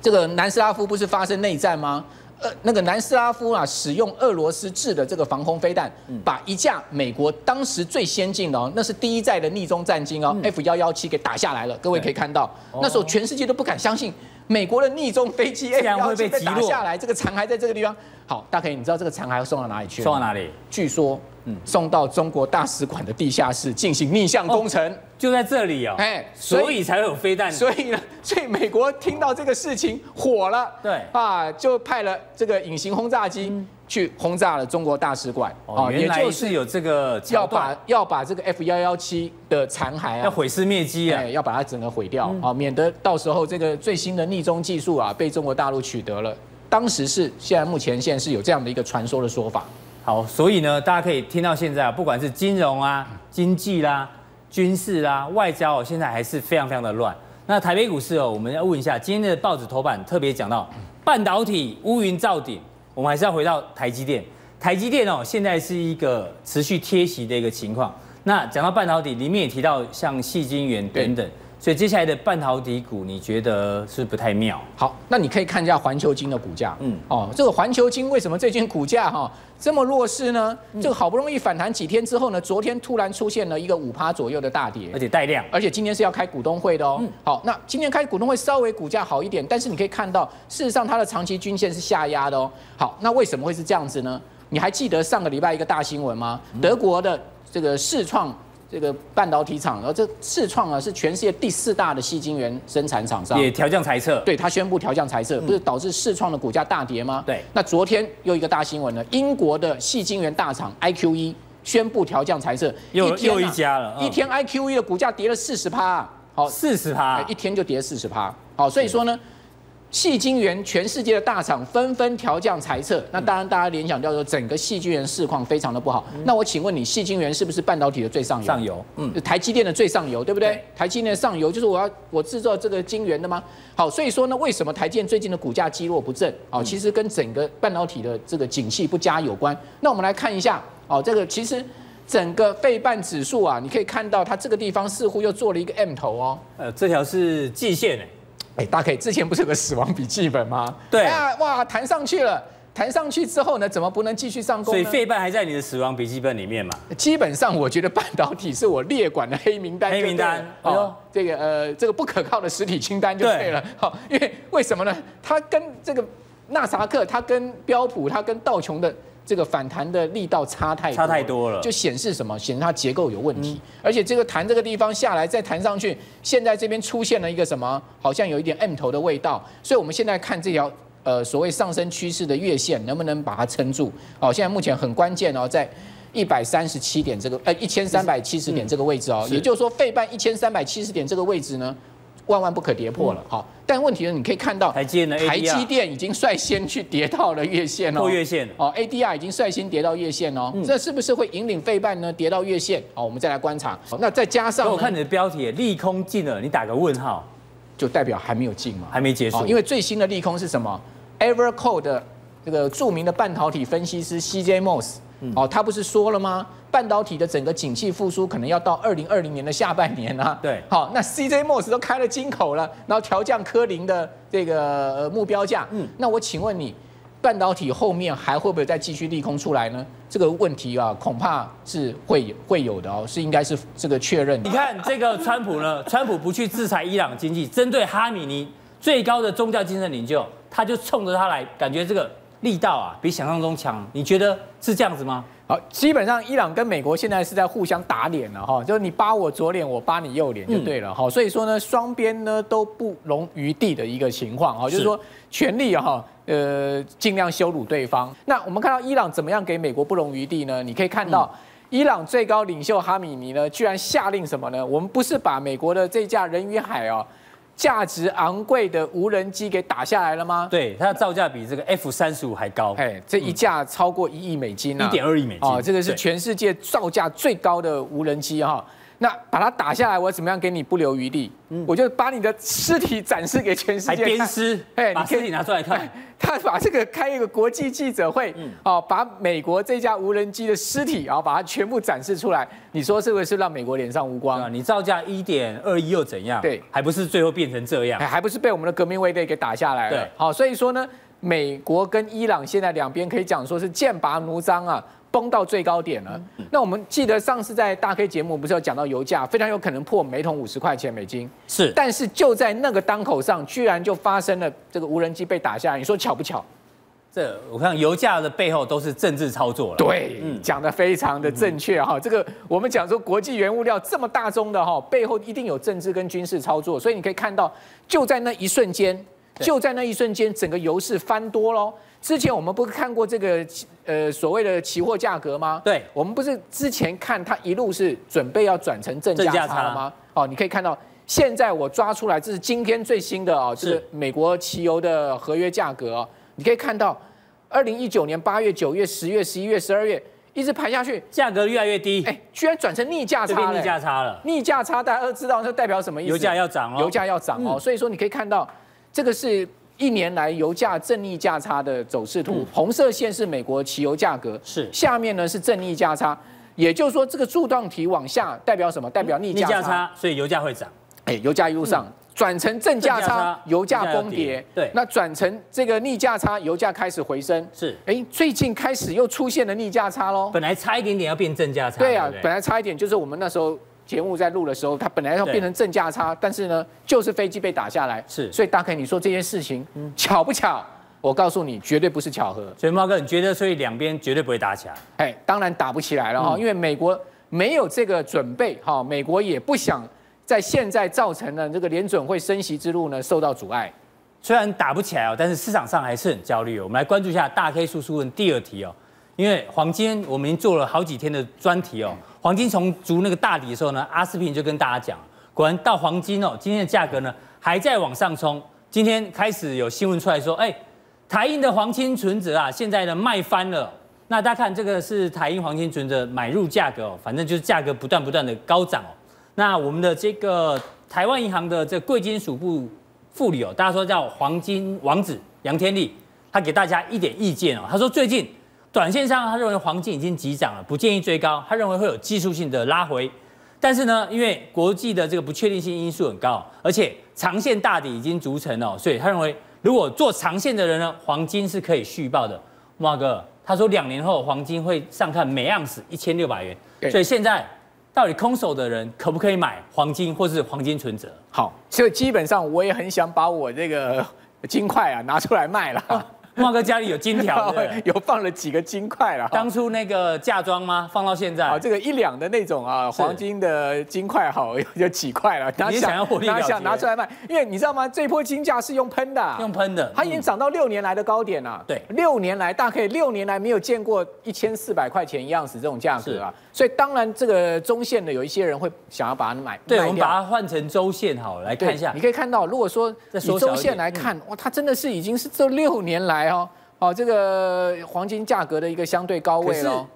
Speaker 2: 这个南斯拉夫不是发生内战吗？呃，那个南斯拉夫啊，使用俄罗斯制的这个防空飞弹，
Speaker 1: 嗯
Speaker 2: 把一架美国当时最先进的哦，那是第一代的逆中战机哦，F 幺幺七给打下来了。各位
Speaker 1: 嗯对哦
Speaker 2: 可以看到，那时候全世界都不敢相信美国的逆中
Speaker 1: <laughs>
Speaker 2: 飞机 F
Speaker 1: 然
Speaker 2: 幺
Speaker 1: 会被
Speaker 2: 七被
Speaker 1: 击
Speaker 2: 打
Speaker 1: 落
Speaker 2: 下来，这个残骸在这个地方。好，大可以你知道这个残骸送到哪里去？
Speaker 1: 送到？哪里？
Speaker 2: 据说，嗯，送到中国大使馆的地下室进行逆向工程。
Speaker 1: 就在这里哦。
Speaker 2: 哎所以
Speaker 1: 所以才会有飞弹。
Speaker 2: <laughs> 所以呢，所以美国听到这个事情火了，
Speaker 1: 对嗯
Speaker 2: 啊，就派了这个隐形轰炸机去轰炸了中国大使馆，
Speaker 1: 哦，
Speaker 2: 啊也
Speaker 1: 原
Speaker 2: 就
Speaker 1: 来
Speaker 2: 是
Speaker 1: 是有这个
Speaker 2: 要
Speaker 1: 桥段
Speaker 2: 把，要把这个 F 幺幺七的残骸
Speaker 1: 要
Speaker 2: 啊。
Speaker 1: 毁嗯尸灭迹啊
Speaker 2: 哎，。要把它整个毁掉啊，免得到时候这个最新的逆中技术啊被中国大陆取得了。当时是现在目前现在是有这样的一个传说的说法，
Speaker 1: 好，所以呢，大家可以听到现在啊，不管是金融啊、经济啦、军事啦、外交哦，现在还是非常非常的乱。那台北股市哦，我们要问一下，今天的报纸头版特别讲到半导体乌云罩顶，我们还是要回到台积电。台积电哦，现在是一个持续贴息的一个情况。那讲到半导体，里面也提到像细晶圆等等，所以接下来的半导体股，你觉得是不是不太妙？
Speaker 2: 好，那你可以看一下环球金的股价，
Speaker 1: 嗯
Speaker 2: 嗯，哦，这个环球金为什么最近股价哈、这么弱势呢？
Speaker 1: 嗯
Speaker 2: 这个好不容易反弹几天之后呢，昨天突然出现了一个五趴左右的大跌
Speaker 1: 而，且嗯带量，
Speaker 2: 而且今天是要开股东会的哦。好，那今天开股东会稍微股价好一点，但是你可以看到，事实上它的长期均线是下压的哦。好，那为什么会是这样子呢？你还记得上个礼拜一个大新闻吗？
Speaker 1: 嗯
Speaker 2: 德国的这个视创。这个半导体厂，然后这视创啊是全世界第四大的细晶圆生产厂商，
Speaker 1: 也调降财测，
Speaker 2: 对他宣布调降财测，不是导致市创的股价大跌吗？
Speaker 1: 嗯对
Speaker 2: 那昨天又一个大新闻了，英国的细晶圆大厂 IQE 宣布调降财测，
Speaker 1: 又
Speaker 2: 天啊
Speaker 1: 又一家了嗯
Speaker 2: 一天 E IQE 的股价跌了四十趴，好，哎
Speaker 1: 四十趴
Speaker 2: 哎一天就跌四十趴，好，所以说呢。细晶圆全世界的大厂纷纷调降裁测，
Speaker 1: 嗯
Speaker 2: 那当然大家联想到说整个细晶圆市况非常的不好。那我请问你，细晶圆是不是半导体的最上游？
Speaker 1: 上游嗯
Speaker 2: 嗯，台积电的最上游，对不对？
Speaker 1: 对
Speaker 2: 台积电的上游就是我要我制造这个晶圆的吗？好，所以说呢，为什么台积电最近的股价积弱不振？
Speaker 1: 嗯
Speaker 2: 哦，其实跟整个半导体的这个景气不佳有关。那我们来看一下，哦，这个其实整个费半指数啊，你可以看到它这个地方似乎又做了一个 M 头哦。
Speaker 1: 呃，这条是季线哎，
Speaker 2: 哎，大可以之前不是有个死亡笔记本吗？
Speaker 1: 对
Speaker 2: 啊，哇，弹上去了，弹上去之后呢，怎么不能继续上
Speaker 1: 所
Speaker 2: 攻呢？
Speaker 1: 以费半还在你的死亡笔记本里面嘛？
Speaker 2: 基本上，我觉得半导体是我列管的黑名单就对了，
Speaker 1: 黑名单哎呦
Speaker 2: 哦，这个呃，这个不可靠的实体清单就对了。好，因为为什么呢？它跟这个纳萨克，它跟标普，它跟道琼的这个反弹的力道差太
Speaker 1: 差太多了
Speaker 2: 就显示什么？显示它结构有问
Speaker 1: 嗯
Speaker 2: 题，而且这个弹这个地方下来再弹上去，现在这边出现了一个什么？好像有一点 M 头的味道，所以我们现在看这条。呃，所谓上升趋势的月线能不能把它撑住？哦，现在目前很关键哦，在一百三十七点这个呃一千三百七十点这个位置哦，
Speaker 1: 嗯是
Speaker 2: 也就是说费半一千三百七十点这个位置呢，万万不可跌破了。好，但问题呢，你可以看到
Speaker 1: 台积电的 ADR
Speaker 2: 台积电已经率先去跌到了月线哦，
Speaker 1: 破月线了
Speaker 2: 哦，ADR 已经率先跌到月线哦，
Speaker 1: 嗯
Speaker 2: 这是不是会引领费半呢跌到月线？好，我们再来观察。好那再加上
Speaker 1: 可
Speaker 2: 呢
Speaker 1: 我看你的标题利空进了，你打个问号，
Speaker 2: 就代表还没有进嘛，
Speaker 1: 还没结束
Speaker 2: 哦因为最新的利空是什么？Evercore 的这个著名的半导体分析师 CJ Moss，哦，
Speaker 1: 嗯
Speaker 2: 他不是说了吗？半导体的整个景气复苏可能要到二零二零年的下半年啊。
Speaker 1: 对
Speaker 2: 好，那 CJ Moss 都开了金口了，然后调降科林的这个呃目标价。
Speaker 1: 嗯
Speaker 2: 嗯，那我请问你，半导体后面还会不会再继续利空出来呢？这个问题啊，恐怕是会有会有的哦，是应该是这个确认的
Speaker 1: 你。看这个川普 <laughs> 呢，川普不去制裁伊朗经济，针对哈米尼最高的宗教精神领袖，他就冲着他来，感觉这个力道啊比想象中强。你觉得是这样子吗？
Speaker 2: 好，基本上伊朗跟美国现在是在互相打脸了哈，就是你扒我左脸，我扒你右脸就对了哈、所以说呢，双边呢都不容余地的一个情况哈，就是是说全力哈，呃，尽量羞辱对方。那我们看到伊朗怎么样给美国不容余地呢？你可以看到。伊朗最高领袖哈米尼呢，居然下令什么呢？我们不是把美国的这架人鱼海哦，价值昂贵的无人机给打下来了吗？
Speaker 1: 对，它的造价比这个 F 三十五还高，
Speaker 2: 哎，这一架超过一亿美金啊，
Speaker 1: 1.2亿美金
Speaker 2: 哦，这个是
Speaker 1: 对
Speaker 2: 全世界造价最高的无人机哈、那把它打下来，我怎么样给你不留余地？我就把你的尸体展示给全世
Speaker 1: 嗯还
Speaker 2: 界看。
Speaker 1: 鞭尸，
Speaker 2: 哎
Speaker 1: 把
Speaker 2: 你可以
Speaker 1: 尸体拿出来看。
Speaker 2: 他把这个开一个国际记者会，
Speaker 1: 嗯
Speaker 2: 哦，把美国这架无人机的尸体，然后把它全部展示出来，你说是不是让美国脸上无光？
Speaker 1: 啊，你造价一点二亿又怎样？
Speaker 2: 对
Speaker 1: 还不是最后变成这样
Speaker 2: 哎，？还不是被我们的革命卫队给打下来了。
Speaker 1: 对
Speaker 2: 好，所以说呢，美国跟伊朗现在两边可以讲说是剑拔弩张啊。崩到最高点了。那我们记得上次在大 K 节目不是有讲到油价非常有可能破每桶五十块钱美金，
Speaker 1: 是，
Speaker 2: 但是就在那个当口上，居然就发生了这个无人机被打下来，你说巧不巧？
Speaker 1: 这我看油价的背后都是政治操作了。
Speaker 2: 对
Speaker 1: 嗯，
Speaker 2: 讲的非常的正确哈。这个我们讲说国际原物料这么大宗的哈，背后一定有政治跟军事操作，所以你可以看到，就在那一瞬间，
Speaker 1: 对
Speaker 2: 就在那一瞬间，整个油市翻多喽。之前我们不是看过这个呃所谓的期货价格吗？
Speaker 1: 对
Speaker 2: 我们不是之前看它一路是准备要转成正价
Speaker 1: 正价
Speaker 2: 差了
Speaker 1: 差
Speaker 2: 吗？哦，你可以看到。现在我抓出来，这是今天最新的哦，这
Speaker 1: 是
Speaker 2: 个美国汽油的合约价格、哦，你可以看到，二零一九年八月、九月、十月、十一月、十二月一直盘下去，
Speaker 1: 价格越来越低，
Speaker 2: 哎，居然转成逆价
Speaker 1: 这
Speaker 2: 差
Speaker 1: 边
Speaker 2: 了。欸
Speaker 1: 逆价差了，
Speaker 2: 逆价差，大家都知道这代表什么意思？
Speaker 1: 油价要涨嗯了。
Speaker 2: 油价要涨哦，所以说你可以看到，这个是一年来油价正逆价差的走势图，红色线是美国汽油价格，
Speaker 1: 嗯是
Speaker 2: 下面呢是正逆价差，也就是说这个柱状体往下代表什么？代表逆
Speaker 1: 逆
Speaker 2: 价
Speaker 1: 价
Speaker 2: 差。
Speaker 1: 差，所以油价会涨。
Speaker 2: 哎，油价一路上转成正价
Speaker 1: 嗯正价
Speaker 2: 差
Speaker 1: 差，
Speaker 2: 油价
Speaker 1: 油价
Speaker 2: 崩
Speaker 1: 要跌
Speaker 2: 跌，
Speaker 1: 对
Speaker 2: 那转成这个逆价差，油价开始回升。
Speaker 1: 是
Speaker 2: 哎，最近开始又出现了逆价差喽。
Speaker 1: 本来差一点点要变正价差，
Speaker 2: 哦对啊
Speaker 1: 不，
Speaker 2: 本来差一点，就是我们那时候节目在录的时候，它本来要
Speaker 1: 对
Speaker 2: 变成正价差，但是呢，就是飞机被打下来。
Speaker 1: 是
Speaker 2: 所以大概你说这件事情嗯巧不巧？我告诉你，绝对不是巧合。
Speaker 1: 所以猫哥，你觉得所以两边绝对不会打起来？
Speaker 2: 哎，当然打不起来了
Speaker 1: 嗯
Speaker 2: 哈、因为美国没有这个准备哈，美国也不想在现在造成了这个联准会升息之路呢受到阻碍。
Speaker 1: 虽然打不起来哦，但是市场上还是很焦虑哦。我们来关注一下大 K 叔叔问第二题哦，因为黄金我们已经做了好几天的专题哦。黄金从逐那个大底的时候呢，阿斯平就跟大家讲，果然到黄金哦，今天的价格呢还在往上冲，今天开始有新闻出来说，哎，台银的黄金存折啊，现在呢卖翻了。那大家看，这个是台银黄金存折买入价格哦，反正就是价格不断不断的高涨哦。那我们的这个台湾银行的这贵金属部副理哦，大家说叫黄金王子杨天利，他给大家一点意见哦，他说最近短线上他认为黄金已经急涨了，不建议追高，他认为会有技术性的拉回。但是呢，因为国际的这个不确定性因素很高，而且长线大底已经逐成了，所以他认为如果做长线的人呢，黄金是可以续报的。莫哥他说两年后黄金会上看每盎司一千六百元，
Speaker 2: 对
Speaker 1: 所以现在到底空手的人可不可以买黄金或是黄金存
Speaker 2: <laughs>
Speaker 1: 折？
Speaker 2: 好，所以基本上我也很想把我这个 <laughs> 金块啊拿出来卖了，
Speaker 1: 莫哥家里有金条对不对
Speaker 2: 有放了几个金块了。
Speaker 1: 当初那个嫁妆吗？放到现在
Speaker 2: 啊，，这个一两的那种啊，
Speaker 1: 是
Speaker 2: 黄金的金块好有 <laughs> 有几块了，拿
Speaker 1: 你也想要获利了
Speaker 2: 拿想
Speaker 1: 结
Speaker 2: 拿出来卖，因为你知道吗？这波金价是用喷的啊、
Speaker 1: 用喷的，
Speaker 2: 它已经
Speaker 1: 嗯
Speaker 2: 涨到六年来的高点了、
Speaker 1: 对
Speaker 2: 六年来大概六年来没有见过一千四百块钱一样子这种价格啊，所以当然这个中线的有一些人会想要把它买，
Speaker 1: 对，
Speaker 2: 卖
Speaker 1: 我们
Speaker 2: 掉
Speaker 1: 把它换成周线好了，来
Speaker 2: 对
Speaker 1: 看一下
Speaker 2: 你。可以看到，如果说
Speaker 1: 再
Speaker 2: 以
Speaker 1: 缩小一
Speaker 2: 周线
Speaker 1: 点嗯
Speaker 2: 来看，哇，它真的是已经是这六年来哦，哦，这个黄金价格的一个相对高
Speaker 1: 可
Speaker 2: 位哦
Speaker 1: 是
Speaker 2: 喽。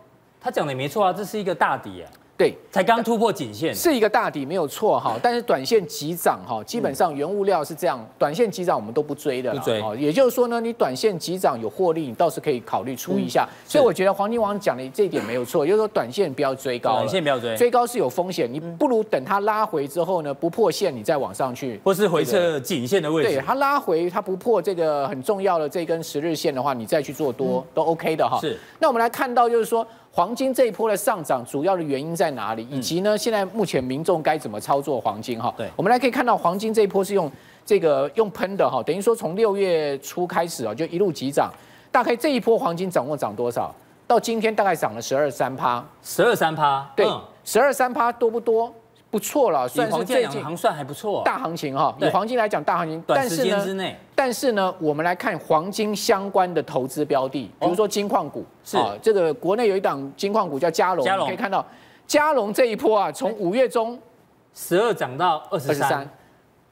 Speaker 1: 他讲的也没错啊，这是一个大底啊，
Speaker 2: 对，
Speaker 1: 才刚突破颈线。
Speaker 2: 是一个大底没有错哈，但是短线急涨哈，基本上原物料是这样，短线急涨我们都不追的啦
Speaker 1: 不追
Speaker 2: 哦也就是说呢，你短线急涨有获利，你倒是可以考虑出一下。
Speaker 1: 嗯
Speaker 2: 所以我觉得黄金王讲的这一点没有错，就是说短线不要追高了，
Speaker 1: 短线不要追嗯
Speaker 2: 追高是有风险，你不如等它拉回之后呢，不破线你再往上去，
Speaker 1: 或是回撤颈线的位
Speaker 2: 对
Speaker 1: 置。
Speaker 2: 它拉回，它不破这个很重要的这根十日线的话，你再去做多、都 OK 的哈。
Speaker 1: 嗯是。
Speaker 2: 那我们来看到就是说，黄金这一波的上涨主要的原因在哪里，以及呢，现在目前民众该怎么操作黄金哈？
Speaker 1: 嗯对
Speaker 2: 我们来可以看到黄金这一波是用这个用喷的哈，等于说从六月初开始啊，就一路急涨，大概这一波黄金涨共涨多少？到今天大概涨了十二三趴，
Speaker 1: 十二三趴，
Speaker 2: 对
Speaker 1: 嗯，
Speaker 2: 十二三趴多不多？不错了，
Speaker 1: 以
Speaker 2: 算是
Speaker 1: 黄金
Speaker 2: 最
Speaker 1: 两
Speaker 2: 近
Speaker 1: 行算还不错，
Speaker 2: 大行情哈。以
Speaker 1: 对
Speaker 2: 黄金来讲，大行情，
Speaker 1: 短
Speaker 2: 但
Speaker 1: 时
Speaker 2: 是
Speaker 1: 间
Speaker 2: 呢
Speaker 1: 之。内
Speaker 2: 但是呢，我们来看黄金相关的投资标的，
Speaker 1: 哦
Speaker 2: 比如说金矿股，
Speaker 1: 是
Speaker 2: 这个国内有一档金矿股叫嘉龙，
Speaker 1: 哦嘉龙
Speaker 2: 你可以看到嘉龙这一波啊，从五月中
Speaker 1: 十二涨到二
Speaker 2: 二
Speaker 1: 十
Speaker 2: 十
Speaker 1: 三
Speaker 2: 三，，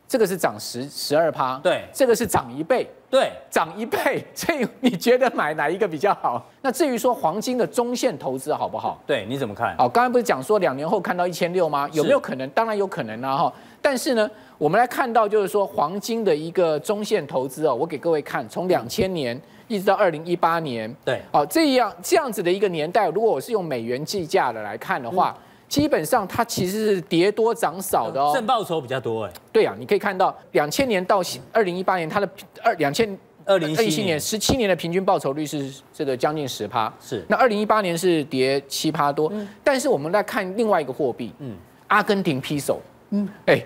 Speaker 2: 这个是涨十十二趴，
Speaker 1: 对
Speaker 2: 这个是涨一倍。
Speaker 1: 对，
Speaker 2: 涨一倍， <laughs> 所以你觉得买哪一个比较好？那至于说黄金的中线投资好不好？
Speaker 1: 对，你怎么看？
Speaker 2: 好，刚才不是讲说两年后看到一千六吗？有没有可能？当然有可能啦、哈。但是呢，我们来看到就是说黄金的一个中线投资哦，我给各位看，从两千年一直到二零一八年，
Speaker 1: 对，
Speaker 2: 哦，这样这样子的一个年代，如果我是用美元计价的来看的话，基本上它其实是跌多涨少的哦。
Speaker 1: 正报酬比较多哎，
Speaker 2: 对啊，你可以看到两千年到二零一八年，它的二两千
Speaker 1: 2017
Speaker 2: 年
Speaker 1: 年
Speaker 2: 十七年的平均报酬率是这个将近十趴，
Speaker 1: 是
Speaker 2: 那二零一八年是跌七趴多，但是我们来看另外一个货币，
Speaker 1: 嗯
Speaker 2: 嗯，阿根廷披手，嗯，哎，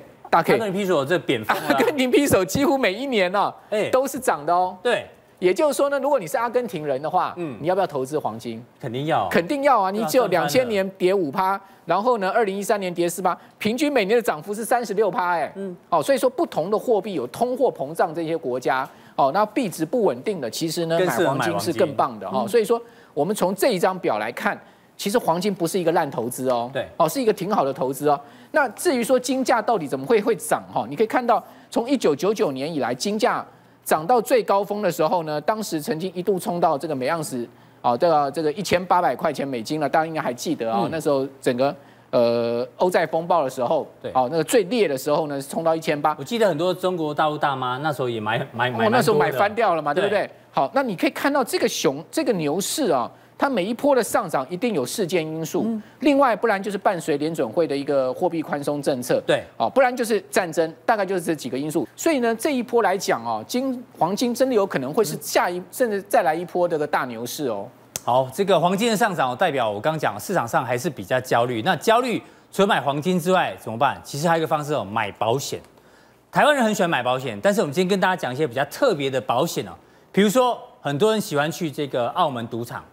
Speaker 1: 他
Speaker 2: 大 K，
Speaker 1: 跟你批说这蝙蝠啊
Speaker 2: 阿，根廷披手几乎每一年呢、
Speaker 1: 哎
Speaker 2: 都是涨的哦。
Speaker 1: 对，
Speaker 2: 也就是说呢，如果你是阿根廷人的话，
Speaker 1: 嗯
Speaker 2: 嗯，你要不要投资黄金？
Speaker 1: 肯定哦要
Speaker 2: 肯定要啊！你只有
Speaker 1: 对啊
Speaker 2: 两
Speaker 1: 赚翻
Speaker 2: 千
Speaker 1: 了
Speaker 2: 年跌五趴，然后呢，二零一三年跌四趴，平均每年的涨幅是三十六趴，哎，嗯，哦，所以说不同的货币有通货膨胀这些国家，哦，那币值不稳定的，其实呢，
Speaker 1: 更
Speaker 2: 买
Speaker 1: 适合
Speaker 2: 黄
Speaker 1: 买
Speaker 2: 金
Speaker 1: 黄
Speaker 2: 是
Speaker 1: 金嗯
Speaker 2: 更棒的哦。所以说，我们从这一张表来看，其实黄金不是一个烂投资哦，
Speaker 1: 对
Speaker 2: 哦，是一个挺好的投资哦。那至于说金价到底怎么会会涨哈、哦，你可以看到从一九九九年以来，金价涨到最高峰的时候呢，当时曾经一度冲到这个每盎司哦，这个这个一千八百块钱美金了，大家应该还记得啊、哦
Speaker 1: 嗯
Speaker 2: 那时候整个呃欧债风暴的时候，
Speaker 1: 对
Speaker 2: 哦，那个最烈的时候呢，是冲到一千八
Speaker 1: 我，记得很多中国大陆大妈那时候也买买买，
Speaker 2: 我哦那时候买翻
Speaker 1: 掉，
Speaker 2: 掉了嘛，对不
Speaker 1: 对
Speaker 2: 对？好，那你可以看到这个熊这个牛市啊，它每一波的上涨一定有事件因素，
Speaker 1: 嗯
Speaker 2: 另外不然就是伴随联准会的一个货币宽松政策，
Speaker 1: 对，
Speaker 2: 哦，不然就是战争，大概就是这几个因素。所以呢，这一波来讲哦，金黄金真的有可能会是下
Speaker 1: 嗯
Speaker 2: 一甚至再来一波这个大牛市哦。
Speaker 1: 好，这个黄金的上涨哦代表我刚讲市场上还是比较焦虑。那焦虑除了买黄金之外怎么办？其实还有一个方式哦，买保险。台湾人很喜欢买保险，但是我们今天跟大家讲一些比较特别的保险哦，比如说很多人喜欢去这个澳门赌场，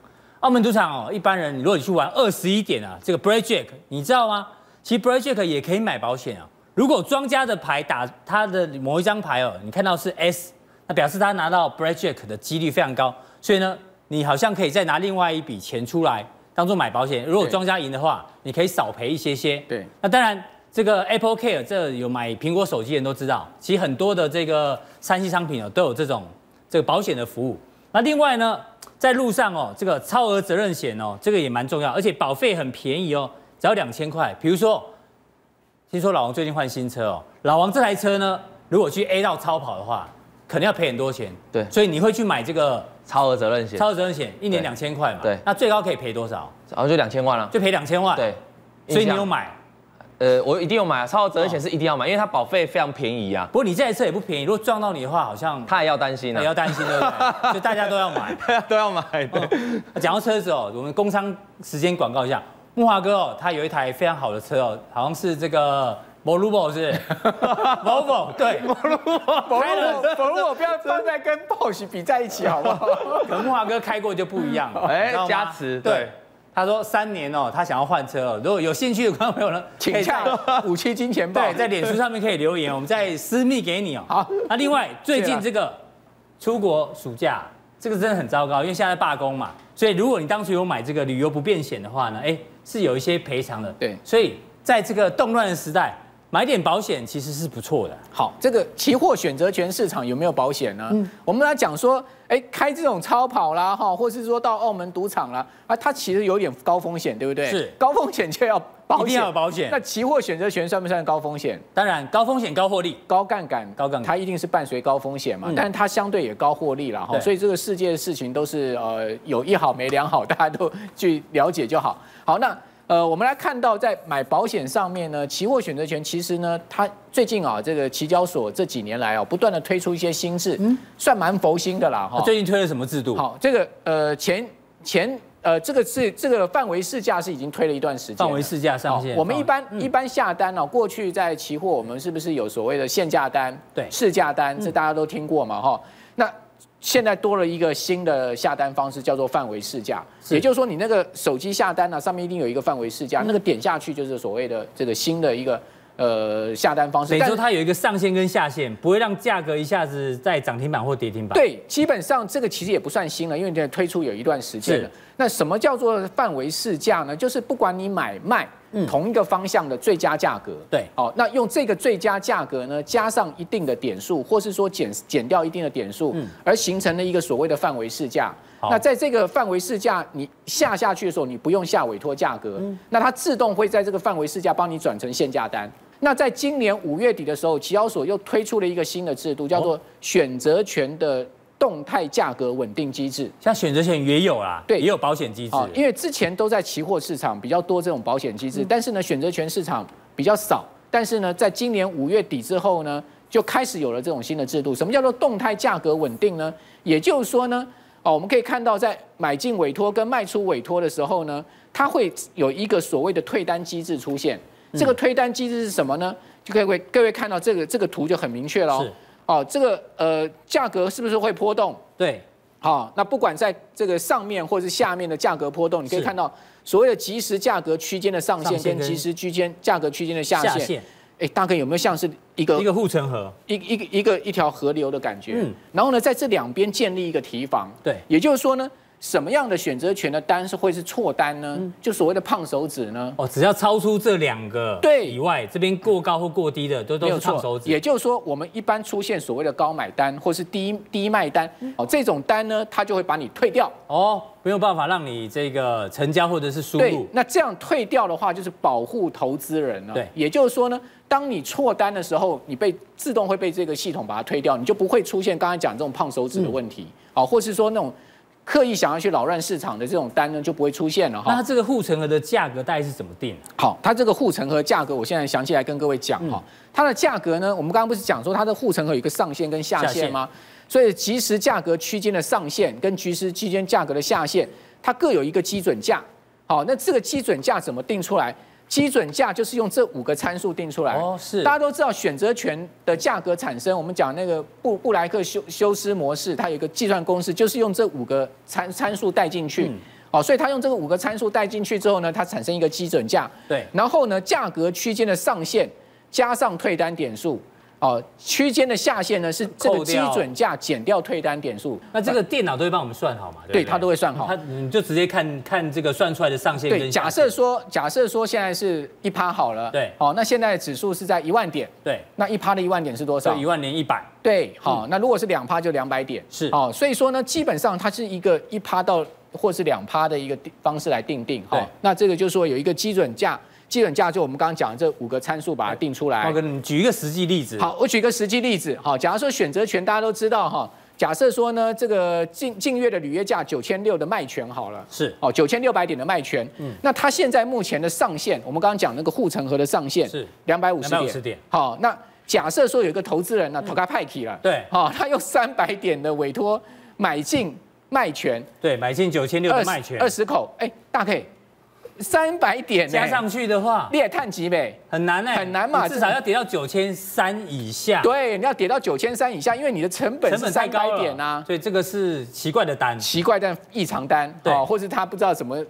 Speaker 1: 澳门赌场哦，一般人如果你去玩二十一点啊，这个 Blackjack 你知道吗？其实 Blackjack 也可以买保险啊。如果庄家的牌打他的某一张牌哦，你看到是 S，那表示他拿到 Blackjack 的几率非常高，所以呢，你好像可以再拿另外一笔钱出来当做买保险。如果
Speaker 2: 对
Speaker 1: 庄家赢的话，你可以少赔一些些。
Speaker 2: 对
Speaker 1: 那当然，这个 Apple Care 这有买苹果手机的人都知道，其实很多的这个三 C 商品哦都有这种这个保险的服务。那另外呢，在路上哦，这个超额责任险哦，这个也蛮重要，而且保费很便宜哦，只要两千块。比如说，听说老王最近换新车哦，老王这台车呢，如果去 A 道超跑的话，可能要赔很多钱。
Speaker 3: 对
Speaker 1: 所以你会去买这个
Speaker 3: 超额责任险，
Speaker 1: 超额责任险，一年两千块嘛。
Speaker 3: 对
Speaker 1: 那最高可以赔多少？
Speaker 3: 然后就两千万了。
Speaker 1: 就赔两千万。
Speaker 3: 对，，
Speaker 1: 啊所以你
Speaker 3: 印象
Speaker 1: 有买。
Speaker 3: 呃，我一定有买啊，超额责任险是一定要买，因为它保费非常便宜啊，
Speaker 1: 不过你这台车也不便宜，如果撞到你的话，好像
Speaker 3: 他也要担心
Speaker 1: 也要
Speaker 3: 啊，
Speaker 1: 担心，对不
Speaker 3: <laughs>
Speaker 1: 对？就大啊 <laughs> 家都要买。
Speaker 3: 都要买。对，
Speaker 1: 讲到车子哦，我们工商时间广告一下，木华哥哦，他有一台非常好的车哦，好像是这个 Volvo 是
Speaker 3: <laughs>
Speaker 1: Volvo 对，
Speaker 2: 保
Speaker 1: 开了
Speaker 2: 罗，保罗，不要放在跟 Boss 比在一起，好
Speaker 1: <laughs>
Speaker 2: 不好？
Speaker 1: 可能木华哥开过就不一样了，
Speaker 3: 哎
Speaker 1: 你知道吗
Speaker 3: 加持
Speaker 1: 对
Speaker 3: 对。
Speaker 1: 他说三年哦，他想要换车哦。如果有兴趣的观众朋友呢，可
Speaker 2: 请
Speaker 1: 以在
Speaker 2: 洽五七金钱豹。
Speaker 1: 对，在脸书上面可以留言，我们再私密给你哦。
Speaker 2: 好
Speaker 1: 那另外最
Speaker 2: 谢
Speaker 1: 近
Speaker 2: 啦
Speaker 1: 这个出国暑假，这个真的很糟糕，因为现在罢工嘛，所以如果你当初有买这个旅游不便险的话呢，哎，是有一些赔偿的。
Speaker 2: 对
Speaker 1: 所以在这个动乱的时代，买点保险其实是不错的。
Speaker 2: 好，这个期货选择权市场有没有保险呢？
Speaker 1: 嗯
Speaker 2: 我们来讲说，哎，开这种超跑啦，哈，或是说到澳门赌场啦，啊，它其实有点高风险，对不对？
Speaker 1: 是
Speaker 2: 高风险就要保险，
Speaker 1: 一定要有保险
Speaker 2: 那期货选择权算不算高风险？
Speaker 1: 当然，高风险高获利，
Speaker 2: 高杠杆，
Speaker 1: 高杠杆
Speaker 2: 它一定是伴随高风险嘛，
Speaker 1: 嗯
Speaker 2: 但是它相对也高获利了哈，
Speaker 1: 对
Speaker 2: 所以这个世界的事情都是呃有一好没两好，大家都去了解就好。好，那呃我们来看到在买保险上面呢，期货选择权其实呢，它最近啊这个期交所这几年来啊不断的推出一些新制，算蛮佛心的啦哈。
Speaker 1: 嗯啊最近推了什么制度？
Speaker 2: 好，这个呃前前呃这个是这个范围市价是已经推了一段时间了，
Speaker 1: 范围市价上
Speaker 2: 好
Speaker 1: 限。
Speaker 2: 我们一般、
Speaker 1: 嗯
Speaker 2: 一般下单哦，过去在期货我们是不是有所谓的限价单、
Speaker 1: 对嗯
Speaker 2: 市价单，这大家都听过嘛哈、那现在多了一个新的下单方式，叫做范围市价，
Speaker 1: 是嗯
Speaker 2: 也就是说你那个手机下单呢、啊上面一定有一个范围市价，那个点下去就是所谓的这个新的一个呃下单方式。
Speaker 1: 等于
Speaker 2: 但
Speaker 1: 说它有一个上限跟下限，不会让价格一下子在涨停板或跌停板。，
Speaker 2: 对，基本上这个其实也不算新了，因为这推出有一段时间了
Speaker 1: 是。
Speaker 2: 那什么叫做范围市价呢？就是不管你买卖
Speaker 1: 嗯
Speaker 2: 同一个方向的最佳价格。
Speaker 1: 对
Speaker 2: 哦，那用这个最佳价格呢，加上一定的点数，或是说减减掉一定的点数，而形成了一个所谓的范围市价。
Speaker 1: 嗯好
Speaker 2: 那在这个范围市价你下下去的时候，你不用下委托价格，
Speaker 1: 嗯
Speaker 2: 那它自动会在这个范围市价帮你转成限价单。那在今年五月底的时候，期交所又推出了一个新的制度，叫
Speaker 1: 哦
Speaker 2: 做选择权的动态价格稳定机制。
Speaker 1: 像选择权也有啦，
Speaker 2: 对
Speaker 1: 也有保险机制。
Speaker 2: 啊，因为之前都在期货市场比较多这种保险机
Speaker 1: 嗯
Speaker 2: 制，但是呢，选择权市场比较少。但是呢，在今年五月底之后呢，就开始有了这种新的制度。什么叫做动态价格稳定呢？也就是说呢，哦，我们可以看到在买进委托跟卖出委托的时候呢，它会有一个所谓的退单机制出现。
Speaker 1: 嗯
Speaker 2: 这个退单机制是什么呢？就各位各位看到这个这个图就很明确了哦
Speaker 1: 是。
Speaker 2: 哦，这个呃价格是不是会波动？
Speaker 1: 对，
Speaker 2: 好、那不管在这个上面或是下面的价格波动，你可以
Speaker 1: 是
Speaker 2: 看到所谓的即时价格区间的上
Speaker 1: 上
Speaker 2: 限
Speaker 1: 限
Speaker 2: 跟
Speaker 1: 跟
Speaker 2: 即时区间价格区间的下
Speaker 1: 下
Speaker 2: 限
Speaker 1: 限，
Speaker 2: 哎，大概有没有像是一个
Speaker 1: 一个护城河。
Speaker 2: 一一个一个一条河流的感觉？
Speaker 1: 嗯
Speaker 2: 然后呢，在这两边建立一个提防。
Speaker 1: 对
Speaker 2: 也就是说呢，什么样的选择权的单是会是错单呢？就所谓的胖手指呢？
Speaker 1: 嗯哦，只要超出这两个
Speaker 2: 对
Speaker 1: 以外，这边过高或过低的都都
Speaker 2: 没有
Speaker 1: 是
Speaker 2: 错，
Speaker 1: 烫手指。
Speaker 2: 也就是说，我们一般出现所谓的高买单或是低低卖单，
Speaker 1: 嗯
Speaker 2: 哦，这种单呢，它就会把你退掉。
Speaker 1: 哦，没有办法让你这个成交或者是输
Speaker 2: 对
Speaker 1: 入，。
Speaker 2: 那这样退掉的话，就是保护投资人了。
Speaker 1: 对
Speaker 2: 也就是说呢，当你错单的时候，你被自动会被这个系统把它退掉，你就不会出现刚才讲这种胖手指的问题，好、或是说那种刻意想要去扰乱市场的这种单呢，就不会出现了
Speaker 1: 那
Speaker 2: 哈
Speaker 1: 它。这个护城河的价格大概是怎么定、啊？
Speaker 2: 好，它这个护城河价格，我现在详细来跟各位讲哈。它的价格呢，我们刚刚不是讲说它的护城河有一个上限跟下限吗？所以即时价格区间的上限跟即时区间价格的下限，它各有一个基准价。好，那这个基准价怎么定出来？基准价就是用这五个参数定出来。
Speaker 1: 哦是
Speaker 2: 大家都知道选择权的价格产生，我们讲那个布布莱克修修斯模式，它有一个计算公式，就是用这五个参参数带进去。哦，所以它用这个五个参数带进去之后呢，它产生一个基准价。
Speaker 1: 对
Speaker 2: 然后呢，价格区间的上限加上退单点数，哦，区间的下限呢是这个
Speaker 1: 扣
Speaker 2: 基
Speaker 1: 掉
Speaker 2: 准价减掉退单点数。
Speaker 1: 那这个电脑都会帮我们算好嘛？不
Speaker 2: 对它都会算好
Speaker 1: 它你就直接看看这个算出来的上限
Speaker 2: 对，
Speaker 1: 跟下
Speaker 2: 假
Speaker 1: 限
Speaker 2: 设说假设说现在是一趴好了，
Speaker 1: 对
Speaker 2: 哦，那现在指数是在一万点，
Speaker 1: 对，
Speaker 2: 那一趴的一万点是多
Speaker 1: 所
Speaker 2: 少
Speaker 1: 以一？万零一百
Speaker 2: 对，好、那如果是两趴就两百点，
Speaker 1: 嗯是
Speaker 2: 哦，所以说呢，基本上它是一个一趴到或是两趴的一个定方式来定定，
Speaker 1: 对
Speaker 2: 那这个就是说有一个基准价，基准价就我们刚刚讲的这五个参数把它定出来
Speaker 1: 我。跟你们举一个实际例子，
Speaker 2: 哎好，我举一个实际例子，好，假如说选择权大家都知道哈，假设说呢，这个近近月的履约价九千六的卖权好了。
Speaker 1: 是
Speaker 2: 哦，九千六百点的卖权，嗯，那它现在目前的上限，我们刚刚讲那个护城河的上限
Speaker 1: 是
Speaker 2: 两百五十点，
Speaker 1: 250点嗯
Speaker 2: 好，那假设说有一个投资人呢，投开派克了，
Speaker 1: 对
Speaker 2: 好、他用三百点的委托买进卖权，
Speaker 1: 对，买进九千六的卖权
Speaker 2: 二，十口，哎、大 K，三百点呢
Speaker 1: 加上去的话
Speaker 2: 劣碳级呗。
Speaker 1: 很难哎，
Speaker 2: 哎很难嘛
Speaker 1: 你至少要跌到九千三以下，，
Speaker 2: 对，你要跌到九千三以下，因为你的成
Speaker 1: 啊
Speaker 2: 本
Speaker 1: 成
Speaker 2: 是
Speaker 1: 本
Speaker 2: 三
Speaker 1: 太
Speaker 2: 百
Speaker 1: 高
Speaker 2: 点
Speaker 1: 了
Speaker 2: 啊，，
Speaker 1: 所以这个是奇怪的单，
Speaker 2: 奇怪但异常单，
Speaker 1: 对
Speaker 2: 哦，或是他不知道怎么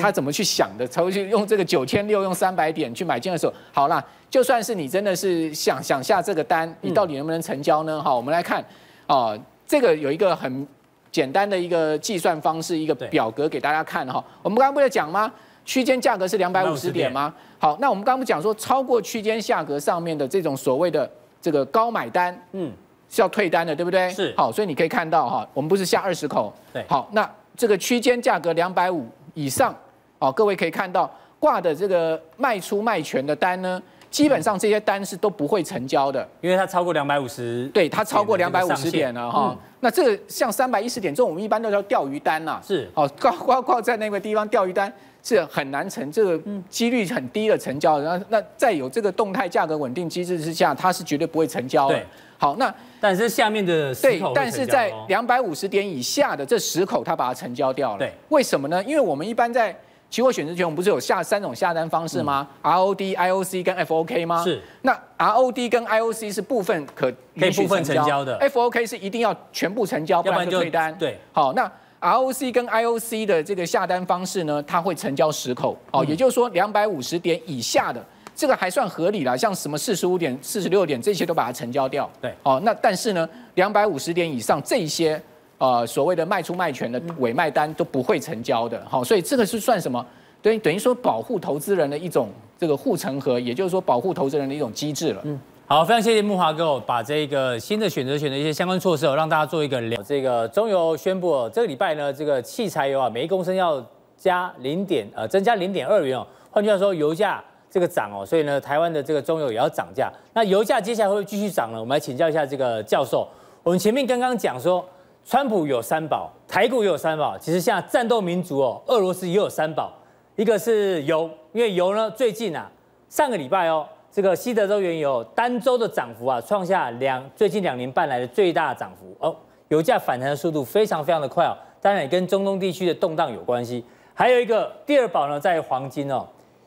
Speaker 2: 他怎么去想的，才会去用这个九千六用三百点去买进的时候，好啦，就算是你真的是想想下这个单，你到底能不能成交呢？哈，我们来看，哦，这个有一个很简单的一个计算方式，一个
Speaker 1: 对
Speaker 2: 表格给大家看哈。我们刚刚不是讲吗？区间价格是两百五十
Speaker 1: 250
Speaker 2: 点吗？好，那我们刚刚不讲说超过区间价格上面的这种所谓的这个高买单，
Speaker 1: 嗯，
Speaker 2: 是要退单的，对不对？
Speaker 1: 是
Speaker 2: 好，所以你可以看到哈，我们不是下二十口。
Speaker 1: 对
Speaker 2: 好，那这个区间价格两百五以上，哦，各位可以看到挂的这个卖出卖权的单呢，基本上这些单是都不会成交的。
Speaker 1: 因为它超过两百五十，
Speaker 2: 对，它超过
Speaker 1: 点
Speaker 2: 两
Speaker 1: 的
Speaker 2: 百
Speaker 1: 这
Speaker 2: 五
Speaker 1: 个上
Speaker 2: 十
Speaker 1: 限嗯
Speaker 2: 点了哈、那这个像三百一十点这种，我们一般都叫钓鱼单呐、
Speaker 1: 是
Speaker 2: 哦，挂挂挂在那个地方钓鱼单是很难成，这个几率很低的成交的。然后那在有这个动态价格稳定机制之下，它是绝对不会成交的
Speaker 1: 对。
Speaker 2: 好，那
Speaker 1: 但是下面的石
Speaker 2: 对
Speaker 1: 头，会
Speaker 2: 但是
Speaker 1: 成交
Speaker 2: 在
Speaker 1: 哦
Speaker 2: 两百五十点以下的这十口，它把它成交掉了。
Speaker 1: 对，
Speaker 2: 为什么呢？因为我们一般在期货选择权，我们不是有下三种下单方式吗、r o d IOC 跟 FOK
Speaker 1: 嗯
Speaker 2: 吗？
Speaker 1: 是。
Speaker 2: 那 ROD 跟 IOC 是部分可
Speaker 1: 可以
Speaker 2: 允许
Speaker 1: 部分成交的
Speaker 2: ，FOK 是一定要全部成交，不
Speaker 1: 要不然
Speaker 2: 然就
Speaker 1: 就
Speaker 2: 退单。
Speaker 1: 对。
Speaker 2: 好，那 ROC 跟 IOC 的这个下单方式呢，它会成交十口，哦，也就是说两百五十点以下的。这个还算合理啦，像什么四十五点、四十六点这些都把它成交掉。
Speaker 1: 对
Speaker 2: 哦，那但是呢，两百五十点以上这些呃所谓的卖出卖权的尾卖单都不会成交的。好、所以这个是算什么？等于等于说保护投资人的一种这个护城河，也就是说保护投资人的一种机制了。嗯，
Speaker 1: 好，非常谢谢木华哥哦，把这个新的选择权的一些相关措施哦，让大家做一个了。这个中油宣布哦，这个礼拜呢，这个汽柴油啊，每一公升要加零点呃，增加零点二元哦。换句话说，油价这个涨哦，所以呢，台湾的这个中油也要涨价。那油价接下来会不会继续涨呢？我们来请教一下这个教授。我们前面刚刚讲说，川普有三宝，台股也有三宝，其实像战斗民族哦，俄罗斯也有三宝，一个是油，因为油呢最近啊上个礼拜哦，这个西德州原油单周的涨幅啊，创下两最近两年半来的最大涨幅哦。油价反弹的速度非常非常的快哦，当然也跟中东地区的动荡有关系。还有一个第二宝呢，在黄金哦，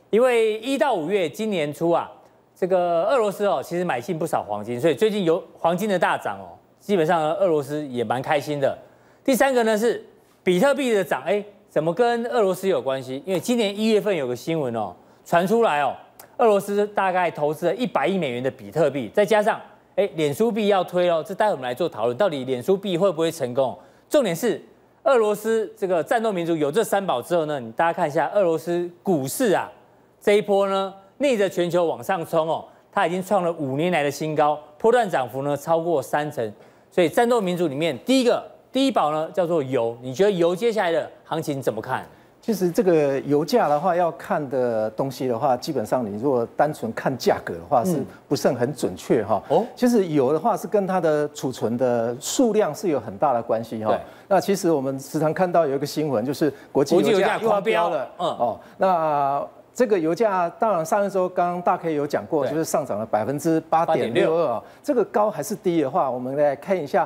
Speaker 1: 因为一到五月今年初啊，这个俄罗斯哦，其实买进不少黄金，所以最近有黄金的大涨哦，基本上呢俄罗斯也蛮开心的。第三个呢是比特币的涨，哎，怎么跟俄罗斯有关系？因为今年一月份有个新闻哦，传出来哦，俄罗斯大概投资了一百亿美元的比特币，再加上哎，脸书币要推喽，这待会我们来做讨论，到底脸书币会不会成功？重点是俄罗斯这个战斗民族有这三宝之后呢，你大家看一下俄罗斯股市啊，这一波呢逆着全球往上冲哦，它已经创了五年来的新高，波段涨幅呢超过三成。所以战斗民族里面第一个第一宝呢叫做油，你觉得油接下来的行情怎么看？
Speaker 4: 其实这个油价的话，要看的东西的话，基本上你如果单纯看价格的话，是不是很准确哈？
Speaker 1: 嗯哦
Speaker 4: 哦，其实油的话是跟它的储存的数量是有很大的关系哈
Speaker 1: 对。
Speaker 4: 那其实我们时常看到有一个新闻，就是国际
Speaker 1: 国际
Speaker 4: 油
Speaker 1: 油
Speaker 4: 价
Speaker 1: 价
Speaker 4: 又要
Speaker 1: 狂飙
Speaker 4: 飙了，
Speaker 1: 嗯
Speaker 4: 嗯哦，那。这个油价当然上一周刚刚大 K 有讲过，
Speaker 1: 对
Speaker 4: 就是上涨了百分之八点六二啊。这个高还是低的话，我们来看一下，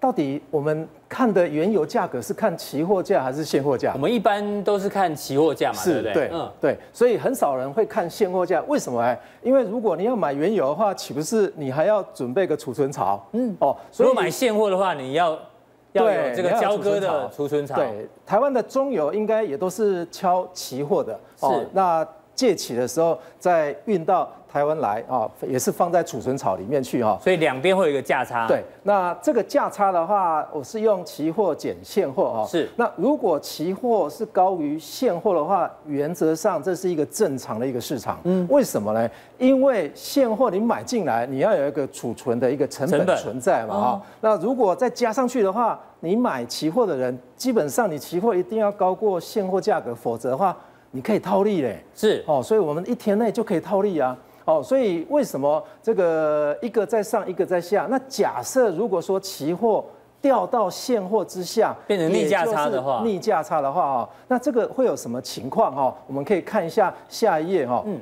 Speaker 4: 到底我们看的原油价格是看期货价还是现货价
Speaker 1: 我？们一般都是看期货价嘛，对
Speaker 4: 是，
Speaker 1: 不对？嗯
Speaker 4: 对，对，所以很少人会看现货价，为什么哎？因为如果你要买原油的话，岂不是你还要准备个储存槽？嗯，哦，
Speaker 1: 如果买现货的话，你要要
Speaker 4: 对
Speaker 1: 有这个
Speaker 4: 你要
Speaker 1: 交
Speaker 4: 有
Speaker 1: 割
Speaker 4: 储存槽
Speaker 1: 的储存槽，
Speaker 4: 对，台湾的中油应该也都是敲期货的哦
Speaker 1: 是
Speaker 4: 那借起的时候再运到台湾来啊，也是放在储存槽里面去哦哈。
Speaker 1: 所以两边会有一个价差。
Speaker 4: 对，那这个价差的话，我是用期货减现货哦。
Speaker 1: 是
Speaker 4: 那如果期货是高于现货的话，原则上这是一个正常的一个市场。嗯，为什么呢？因为现货你买进来，你要有一个储存的一个成
Speaker 1: 成
Speaker 4: 本
Speaker 1: 本
Speaker 4: 存在嘛哈、那如果再加上去的话，你买期货的人，基本上你期货一定要高过现货价格，否则的话，你可以套利嘞。
Speaker 1: 是
Speaker 4: 哦，所以我们一天内就可以套利啊。哦，所以为什么这个一个在上，一个在下？那假设如果说期货掉到现货之下，
Speaker 1: 变成逆价差的话
Speaker 4: 也就是逆价差的话哦，那这个会有什么情况哈、哦？我们可以看一下下一页哈、哦。嗯。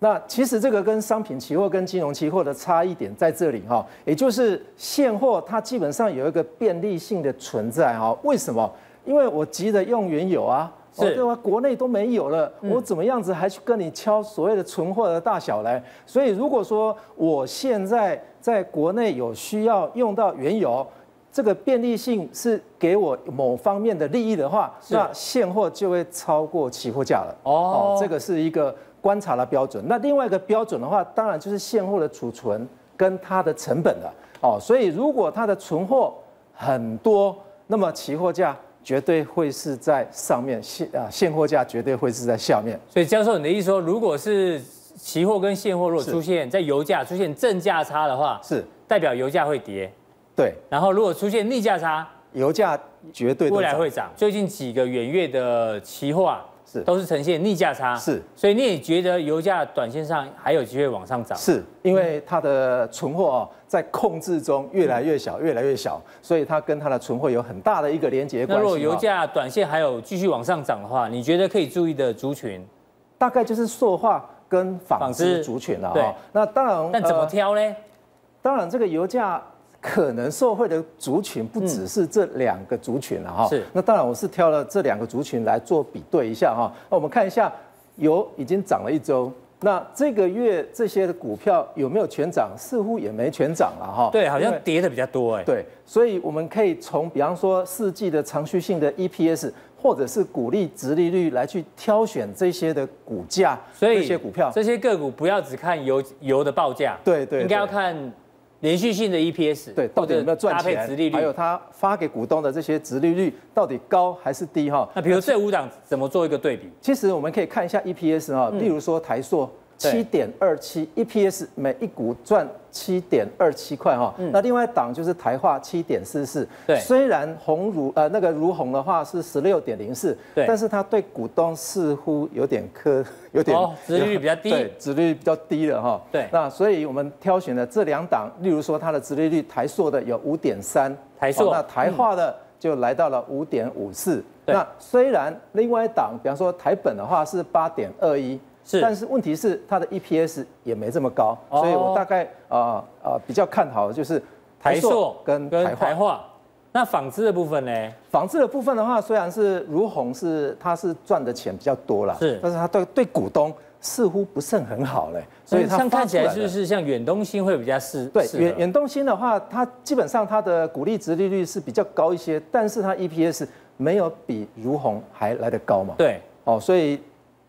Speaker 4: 那其实这个跟商品期货跟金融期货的差异点在这里哈、也就是现货它基本上有一个便利性的存在哈、为什么？因为我急着用原油啊，
Speaker 1: 是
Speaker 4: 哦对吧？国内都没有了，我怎么样子还去跟你敲所谓的存货的大小来？所以如果说我现在在国内有需要用到原油。这个便利性是给我某方面的利益的话，
Speaker 1: 是
Speaker 4: 那现货就会超过期货价了。
Speaker 1: 哦
Speaker 4: 这个是一个观察的标准。那另外一个标准的话，当然就是现货的储存跟它的成本了。哦，所以如果它的存货很多，那么期货价绝对会是在上面，现啊现货价绝对会是在下面。
Speaker 1: 所以教授，你的意思说，如果是期货跟现货如果
Speaker 4: 是
Speaker 1: 出现在油价出现正价差的话，
Speaker 4: 是
Speaker 1: 代表油价会跌；
Speaker 4: 对，
Speaker 1: 然后如果出现逆价差，
Speaker 4: 油价绝对都
Speaker 1: 未来
Speaker 4: 涨
Speaker 1: 会涨。最近几个远月的期货啊，
Speaker 4: 是
Speaker 1: 都是呈现逆价差，
Speaker 4: 是
Speaker 1: 所以你也觉得油价短线上还有机会往上涨？
Speaker 4: 是因为它的存货哦，在控制中越来越小，越来越小，所以它跟它的存货有很大的一个连结关
Speaker 1: 那
Speaker 4: 系哦。
Speaker 1: 如果油价短线还有继续往上涨的话，你觉得可以注意的族群？
Speaker 4: 大概就是塑化跟纺织族群了
Speaker 1: 对
Speaker 4: 哈。那当然，
Speaker 1: 但怎么
Speaker 4: 呃
Speaker 1: 挑呢？
Speaker 4: 当然，这个油价可能受惠的族群不只是这两个族群了哈、
Speaker 1: 是
Speaker 4: 那当然，我是挑了这两个族群来做比对一下哈、那我们看一下，油已经涨了一周，那这个月这些的股票有没有全涨？似乎也没全涨了哈、
Speaker 1: 对，好
Speaker 4: 因
Speaker 1: 像
Speaker 4: 为
Speaker 1: 跌的比较多哎。
Speaker 4: 对，所以我们可以从比方说四季的长续性的 EPS，或者是股利、值利率来去挑选这些的股价，
Speaker 1: 所以
Speaker 4: 这些股票。
Speaker 1: 这些个股不要只看油油的报价，
Speaker 4: 对对对
Speaker 1: 应该要看连续性的 EPS，
Speaker 4: 对，到底有没有赚
Speaker 1: 或者搭配
Speaker 4: 钱？
Speaker 1: 殖利
Speaker 4: 还有
Speaker 1: 率。
Speaker 4: 他发给股东的这些殖利率到底高还是低哈？
Speaker 1: 那比如这五档怎么做一个对比？
Speaker 4: 其实我们可以看一下 E EPS 哈，例啊如说台塑。
Speaker 1: 嗯对
Speaker 4: 七点二七 EPS 每一股赚七点二七块哈，那另外一档就是台化七点四四，
Speaker 1: 嗯对
Speaker 4: 虽然红如呃那个如红的话是十六点零四，
Speaker 1: 对
Speaker 4: 但是它对股东似乎有点苛， <laughs> 有点
Speaker 1: 哦殖利率比较低
Speaker 4: <laughs> 对，殖利率比较低了哈，
Speaker 1: 对
Speaker 4: 那所以我们挑选了这两档，例如说它的殖利率台塑的有五点三，
Speaker 1: 台塑
Speaker 4: 哦那台化的就来到了五点五四。
Speaker 1: 对
Speaker 4: 那虽然另外一档，比方说台本的话是八点二一，
Speaker 1: 是
Speaker 4: 但是问题是它的 EPS 也没这么高，
Speaker 1: 哦
Speaker 4: 所以我大概呃呃比较看好的就是台塑跟台化。
Speaker 1: 化，那纺织的部分呢？
Speaker 4: 纺织的部分的话，虽然是如虹是它是赚的钱比较多啦，
Speaker 1: 是
Speaker 4: 但是它对对股东似乎不是很好嘞，所以
Speaker 1: 嗯
Speaker 4: 它
Speaker 1: 像
Speaker 4: 发
Speaker 1: 看起来
Speaker 4: 出
Speaker 1: 是
Speaker 4: 的
Speaker 1: 不是像远东新会比较适？
Speaker 4: 对，
Speaker 1: 适合
Speaker 4: 远远东新的话，它基本上它的股利值利率是比较高一些，但是它 EPS 没有比如虹还来得高嘛。，
Speaker 1: 对，
Speaker 4: 哦，所以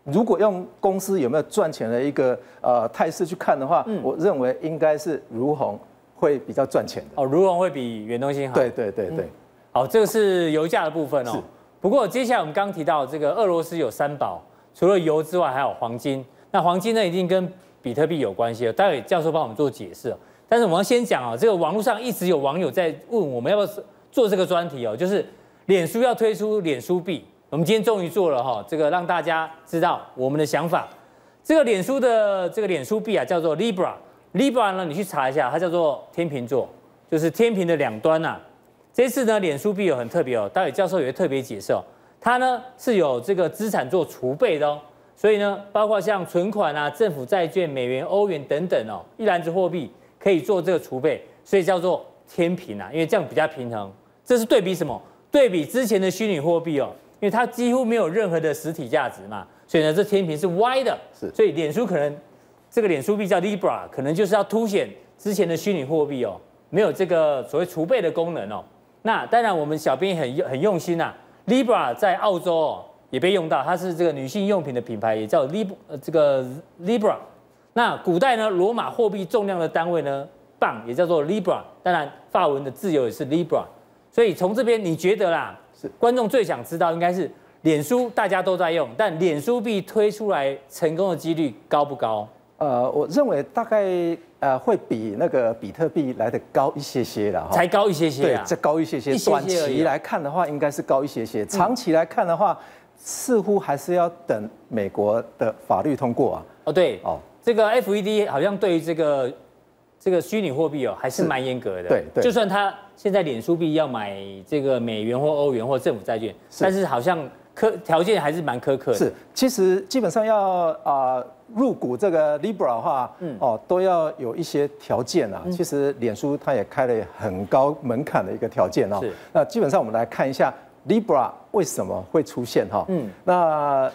Speaker 4: 如果用公司有没有赚钱的一个呃态势去看的话，我认为应该是如虹会比较赚钱的。
Speaker 1: 哦，如虹会比远东新好。
Speaker 4: 对，对对对，
Speaker 1: 好，这个是油价的部分哦
Speaker 4: 是。
Speaker 1: 不过接下来我们刚提到这个俄罗斯有三宝，除了油之外还有黄金。那黄金呢，一定跟比特币有关系了。待会教授帮我们做解释哦。但是我们要先讲哦，这个网络上一直有网友在问我们要不要做这个专题哦，就是脸书要推出脸书币。我们今天终于做了哈、这个让大家知道我们的想法。这个脸书的这个脸书币啊，叫做 Libra。Libra 呢，你去查一下，它叫做天秤座，就是天平的两端呐、啊。这次呢，脸书币有很特别哦，大宇教授也会特别解释哦。它呢是有这个资产做储备的哦，所以呢，包括像存款啊、政府债券、美元、欧元等等哦，一篮子货币可以做这个储备，所以叫做天平啊，因为这样比较平衡。这是对比什么？对比之前的虚拟货币哦，因为它几乎没有任何的实体价值嘛，所以呢，这天平是歪的，
Speaker 4: 是
Speaker 1: 所以脸书可能这个脸书币叫 Libra，可能就是要凸显之前的虚拟货币哦，没有这个所谓储备的功能哦。那当然，我们小编也很很用心呐、啊。Libra 在澳洲哦，也被用到，它是这个女性用品的品牌，也叫 lib 呃这个 libra。那古代呢，罗马货币重量的单位呢，磅也叫做 libra，当然法文的自由也是 libra。所以从这边你觉得啦，观众最想知道应该是脸书大家都在用，但脸书币推出来成功的几率高不高？
Speaker 4: 呃，我认为大概呃会比那个比特币来的高一些些了哈。
Speaker 1: 才高一些些
Speaker 4: 哦对
Speaker 1: 啊，，
Speaker 4: 再高一些些
Speaker 1: 一。些些
Speaker 4: 短
Speaker 1: 而
Speaker 4: 期
Speaker 1: 已啊嗯
Speaker 4: 来看的话，应该是高一些些；长期来看的话，似乎还是要等美国的法律通过啊。
Speaker 1: 哦对，
Speaker 4: 哦，
Speaker 1: 这个 FED 好像对于这个这个虚拟货币哦，还是蛮严格的。
Speaker 4: 对对
Speaker 1: 就算他现在脸书币要买这个美元或欧元或政府债券，但是好像苛条件还是蛮苛刻的。
Speaker 4: 是，其实基本上要啊、呃入股这个 Libra 的话，
Speaker 1: 嗯
Speaker 4: 哦，都要有一些条件啊。其实脸书它也开了很高门槛的一个条件哦
Speaker 1: 是。
Speaker 4: 那基本上我们来看一下 Libra 为什么会出现哈、嗯，那。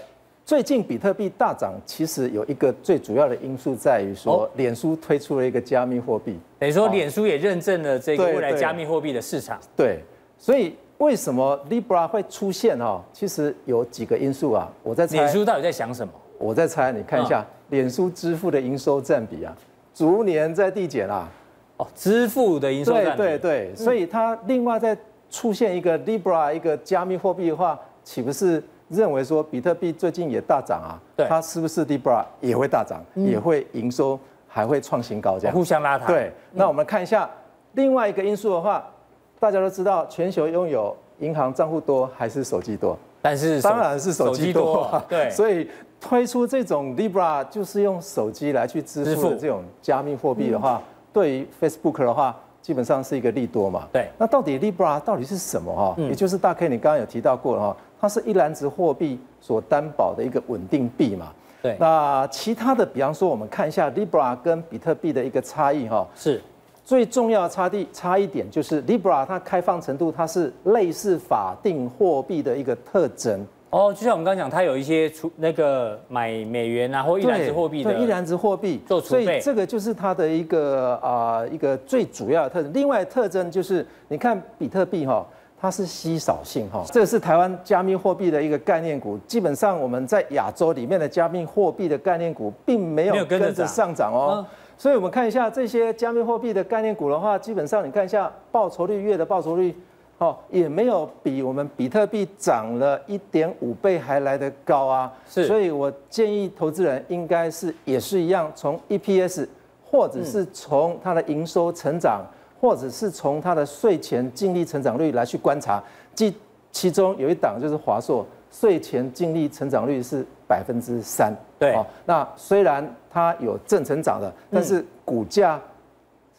Speaker 4: 最近比特币大涨，其实有一个最主要的因素在于
Speaker 1: 哦
Speaker 4: 说，脸书推出了一个加密货币，
Speaker 1: 等于说，脸书也认证了这个
Speaker 4: 对
Speaker 1: 未来
Speaker 4: 对
Speaker 1: 加密货币的市场。
Speaker 4: 对，所以为什么 Libra 会出现哦？其实有几个因素啊，我在猜
Speaker 1: 脸，书到底在想什么？
Speaker 4: 我在猜，你看
Speaker 1: 嗯
Speaker 4: 一下脸书支付的营收占比啊，逐年在递减啊，
Speaker 1: 哦，支付的营收占
Speaker 4: 对
Speaker 1: 比
Speaker 4: 对对，所以它另外再出现一个 Libra 一个加密货币的话，岂不是？认为说比特币最近也大涨啊
Speaker 1: 对，嗯
Speaker 4: 它是不是 Libra 也会大涨，也会营收还会创新高
Speaker 1: 哦
Speaker 4: 这样？
Speaker 1: 互相拉抬。
Speaker 4: 对，
Speaker 1: 嗯
Speaker 4: 那我们看一下另外一个因素的话，大家都知道，全球拥有银行账户多还是手机多？
Speaker 1: 但是手啊
Speaker 4: 当然是手机多啊、 <laughs>
Speaker 1: 对，
Speaker 4: 所以推出这种 Libra 就是用手机来去支
Speaker 1: 支
Speaker 4: 付
Speaker 1: 付
Speaker 4: 的这种加密货币的话，
Speaker 1: 嗯
Speaker 4: 对于 Facebook 的话，基本上是一个利多嘛。
Speaker 1: 对嗯
Speaker 4: 那到底 Libra 到底是什么哈、也就是大 K 你刚刚有提到过了哈、它是一篮子货币所担保的一个稳定币嘛。
Speaker 1: 对
Speaker 4: 那其他的，比方说我们看一下 Libra 跟比特币的一个差异哈、
Speaker 1: 是
Speaker 4: 最重要的差地差一点就是 Libra 它开放程度，它是类似法定货币的一个特征。
Speaker 1: 哦，就像我们刚刚讲，它有一些出那个买美元啊或一篮子货币的，
Speaker 4: 对，一篮子货币
Speaker 1: 做储
Speaker 4: 所以
Speaker 1: 备
Speaker 4: 这个就是它的一个啊、一个最主要的特征。另外的特征就是，你看比特币哈、它是稀少性哈、这是台湾加密货币的一个概念股。基本上我们在亚洲里面的加密货币的概念股并没
Speaker 1: 没有
Speaker 4: 有
Speaker 1: 跟
Speaker 4: 跟
Speaker 1: 着
Speaker 4: 着
Speaker 1: 涨
Speaker 4: 上涨哦。所以我们看一下这些加密货币的概念股的话，基本上你看一下报酬率月的报酬率。哦，也没有比我们比特币涨了一点五倍还来得高啊，
Speaker 1: 是
Speaker 4: 所以我建议投资人应该是也是一样，从 EPS 或者是从它的营收成长，或者是从它的税前净利成长率来去观察。即其中有一档就是华硕，税前净利成长率是百分之三。
Speaker 1: 对
Speaker 4: 哦那虽然它有正成长的，但是股价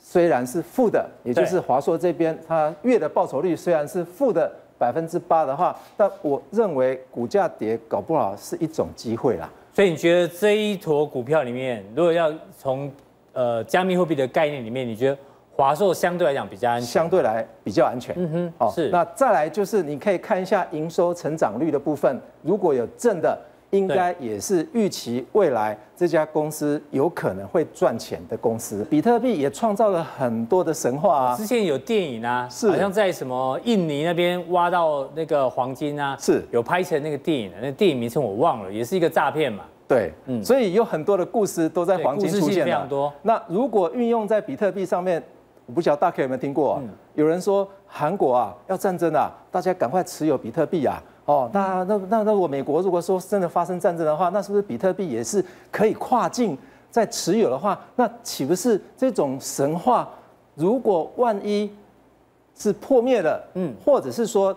Speaker 4: 虽然是负的，也就是华硕这边它月的报酬率虽然是负的百分之八的话，但我认为股价跌搞不好是一种机会啦。
Speaker 1: 所以你觉得这一坨股票里面，如果要从呃加密货币的概念里面，你觉得华硕相对来讲比较安全？
Speaker 4: 相对来比较安全。嗯哼，
Speaker 1: 是
Speaker 4: 那再来就是你可以看一下营收成长率的部分，如果有正的，应该也是预期未来这家公司有可能会赚钱的公司。比特币也创造了很多的神话啊，
Speaker 1: 之前有电影啊，
Speaker 4: 是
Speaker 1: 好像在什么印尼那边挖到那个黄金啊，
Speaker 4: 是
Speaker 1: 有拍成那个电影的，那电影名称我忘了，也是一个诈骗嘛。
Speaker 4: 对，所以有很多的故事都在黄金
Speaker 1: 嗯对故事
Speaker 4: 出
Speaker 1: 性
Speaker 4: 现
Speaker 1: 非
Speaker 4: 了
Speaker 1: 常多。
Speaker 4: 那如果运用在比特币上面，我不晓得大家有没有听过、
Speaker 1: 嗯
Speaker 4: 啊有人说韩国啊要战争啊，大家赶快持有比特币啊。
Speaker 1: 嗯
Speaker 4: 哦，那那那那我美国如果说真的发生战争的话，那是不是比特币也是可以跨境再持有的话，那岂不是这种神话？如果万一是破灭了，嗯，或者是说，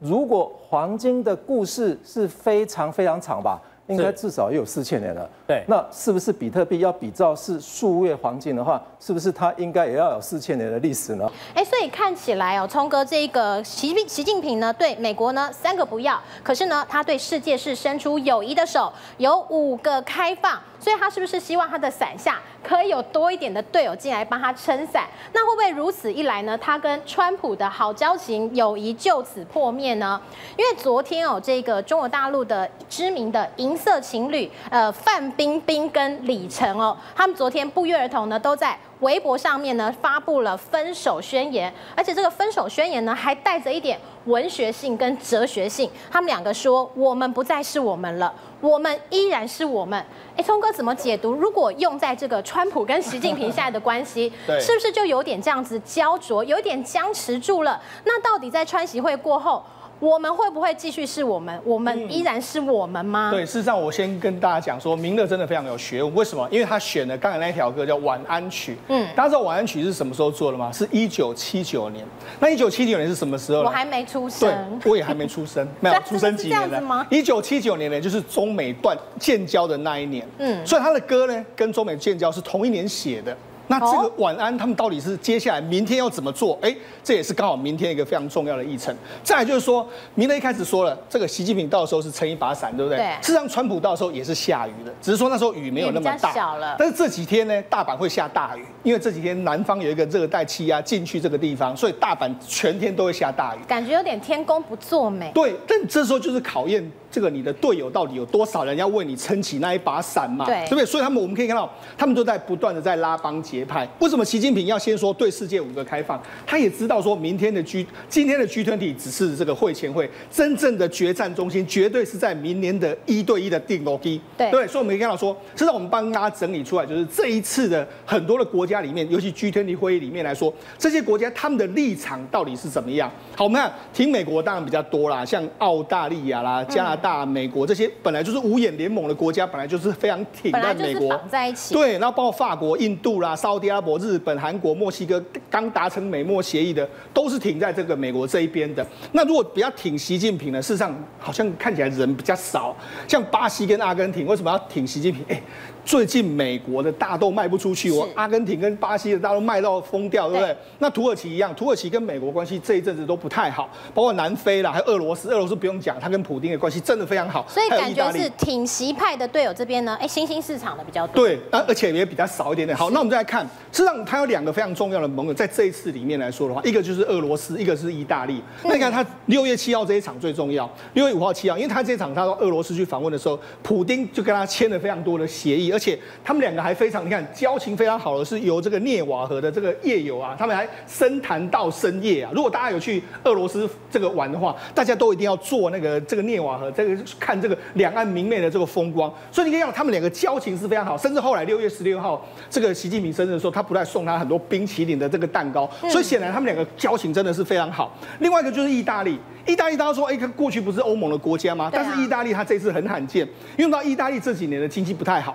Speaker 4: 如果黄金的故事是非常非常长吧，应该至少也有四千年了。
Speaker 1: 对
Speaker 4: 那是不是比特币要比照是数月黄金的话，是不是它应该也要有四千年的历史呢？
Speaker 5: 哎，所以看起来哦，聪哥这个习近习近平呢，对美国呢三个不要，可是呢，他对世界是伸出友谊的手，有五个开放，所以他是不是希望他的伞下可以有多一点的队友进来帮他撑伞？那会不会如此一来呢，他跟川普的好交情友谊就此破灭呢？因为昨天哦，这个中国大陆的知名的银色情侣，呃，范冰冰跟李晨哦，他们昨天不约而同呢，都在微博上面呢发布了分手宣言，而且这个分手宣言呢还带着一点文学性跟哲学性，他们两个说我们不再是我们了，我们依然是我们。哎，聪哥怎么解读？如果用在这个川普跟习近平现在的关系，
Speaker 6: <laughs> 对
Speaker 5: 是不是就有点这样子焦灼，有点僵持住了？那到底在川习会过后，我们会不会继续是我们？我们依然是我们吗？
Speaker 6: 对，事实上我先跟大家讲说，明乐真的非常有学问，为什么？因为他选的刚才那条歌叫《晚安曲》。嗯
Speaker 5: 嗯，
Speaker 6: 大家知道《晚安曲》是什么时候做的吗？是一九七九年。那一九七九年是什么时候呢？
Speaker 5: 我还没出生。
Speaker 6: 对，我也还没
Speaker 5: <laughs>
Speaker 6: 出生，没有出生几
Speaker 5: 真的是
Speaker 6: 年
Speaker 5: 这样子
Speaker 6: 了
Speaker 5: 吗。
Speaker 6: 一九七九年呢，就是中美断建交的那一年。嗯，
Speaker 5: 嗯
Speaker 6: 所以他的歌呢，跟中美建交是同一年写的。那这个
Speaker 5: 哦
Speaker 6: 晚安，他们到底是接下来明天要怎么做？哎，这也是刚好明天一个非常重要的议程。再来就是说，明天一开始说了，这个习近平到的时候是撑一把伞，对不对？
Speaker 5: 对
Speaker 6: 事实上，川普到的时候也是下雨的，只是说那时候雨没有那么
Speaker 5: 雨比
Speaker 6: 大。
Speaker 5: 较小了
Speaker 6: 但是这几天呢，大阪会下大雨，因为这几天南方有一个热带气压进去这个地方，所以大阪全天都会下大雨。
Speaker 5: 感觉有点天公不作美。
Speaker 6: 对，但这时候就是考验这个你的队友到底有多少人要为你撑起那一把伞嘛，
Speaker 5: 对
Speaker 6: 对不对？所以他们我们可以看到，他们都在不断的在拉帮结派。为什么习近平要先说对世界五个开放？他也知道说明天的 G 今天的 G 团体只是这个会前会，真正的决战中心绝对是在明年的一对一的定高低。
Speaker 5: 对
Speaker 6: 对，所以我们可以看到说，至少我们帮大家整理出来，就是这一次的很多的国家里面，尤其 G 2 0会议里面来说，这些国家他们的立场到底是怎么样？好，我们看听美国当然比较多啦，像澳大利亚啦、加拿大、美国这些本来就是五眼联盟的国家，本来就是非常挺
Speaker 5: 本来
Speaker 6: 在
Speaker 5: 就
Speaker 6: 美
Speaker 5: 是
Speaker 6: 国。
Speaker 5: 绑在一起。
Speaker 6: 对，然后包括法国、印度啦、沙特阿拉伯、日本、韩国、墨西哥刚达成美墨协议的，都是挺在这个美国这一边的。那如果比较挺习近平呢，事实上好像看起来人比较少，像巴西跟阿根廷为什么要挺习近平？哎、最近美国的大豆卖不出去，我
Speaker 5: 是
Speaker 6: 阿根廷跟巴西的大豆卖到疯掉，对不对
Speaker 5: 对？
Speaker 6: 那土耳其一样，土耳其跟美国关系这一阵子都不太好，包括南非啦，还有俄罗斯，俄罗斯不用讲，它跟普丁的关系真的非常好，
Speaker 5: 所以
Speaker 6: 还有
Speaker 5: 感
Speaker 6: 意大
Speaker 5: 觉
Speaker 6: 利
Speaker 5: 是挺习派的队友这边呢，哎，新兴市场的比较多。
Speaker 6: 对，而而且也比较少一点点。好，那我们再来看，事实上它有两个非常重要的盟友，在这一次里面来说的话，一个就是俄罗斯，一个是意大利。那你看它六月七号这一场最重要，六月五号、七号，因为它这一场他到俄罗斯去访问的时候，普丁就跟他签了非常多的协议，而且他们两个还非常，你看交情非常好的是由这个涅瓦河的这个夜游啊，他们还深谈到深夜啊。如果大家有去俄罗斯这个玩的话，大家都一定要坐那个这个涅瓦河，这个看这个两岸明媚的这个风光。所以你可以看到他们两个交情是非常好，甚至后来六月十六号这个习近平生日的时候，他不但送他很多冰淇淋的这个蛋糕，所以显然他们两个交情真的是非常好。另外一个就是意大利，意大利大家说，哎，它过去不是欧盟的国家吗？
Speaker 5: 对
Speaker 6: 但
Speaker 5: 啊
Speaker 6: 是意大利它这次很罕见，因为到意大利这几年的经济不太好。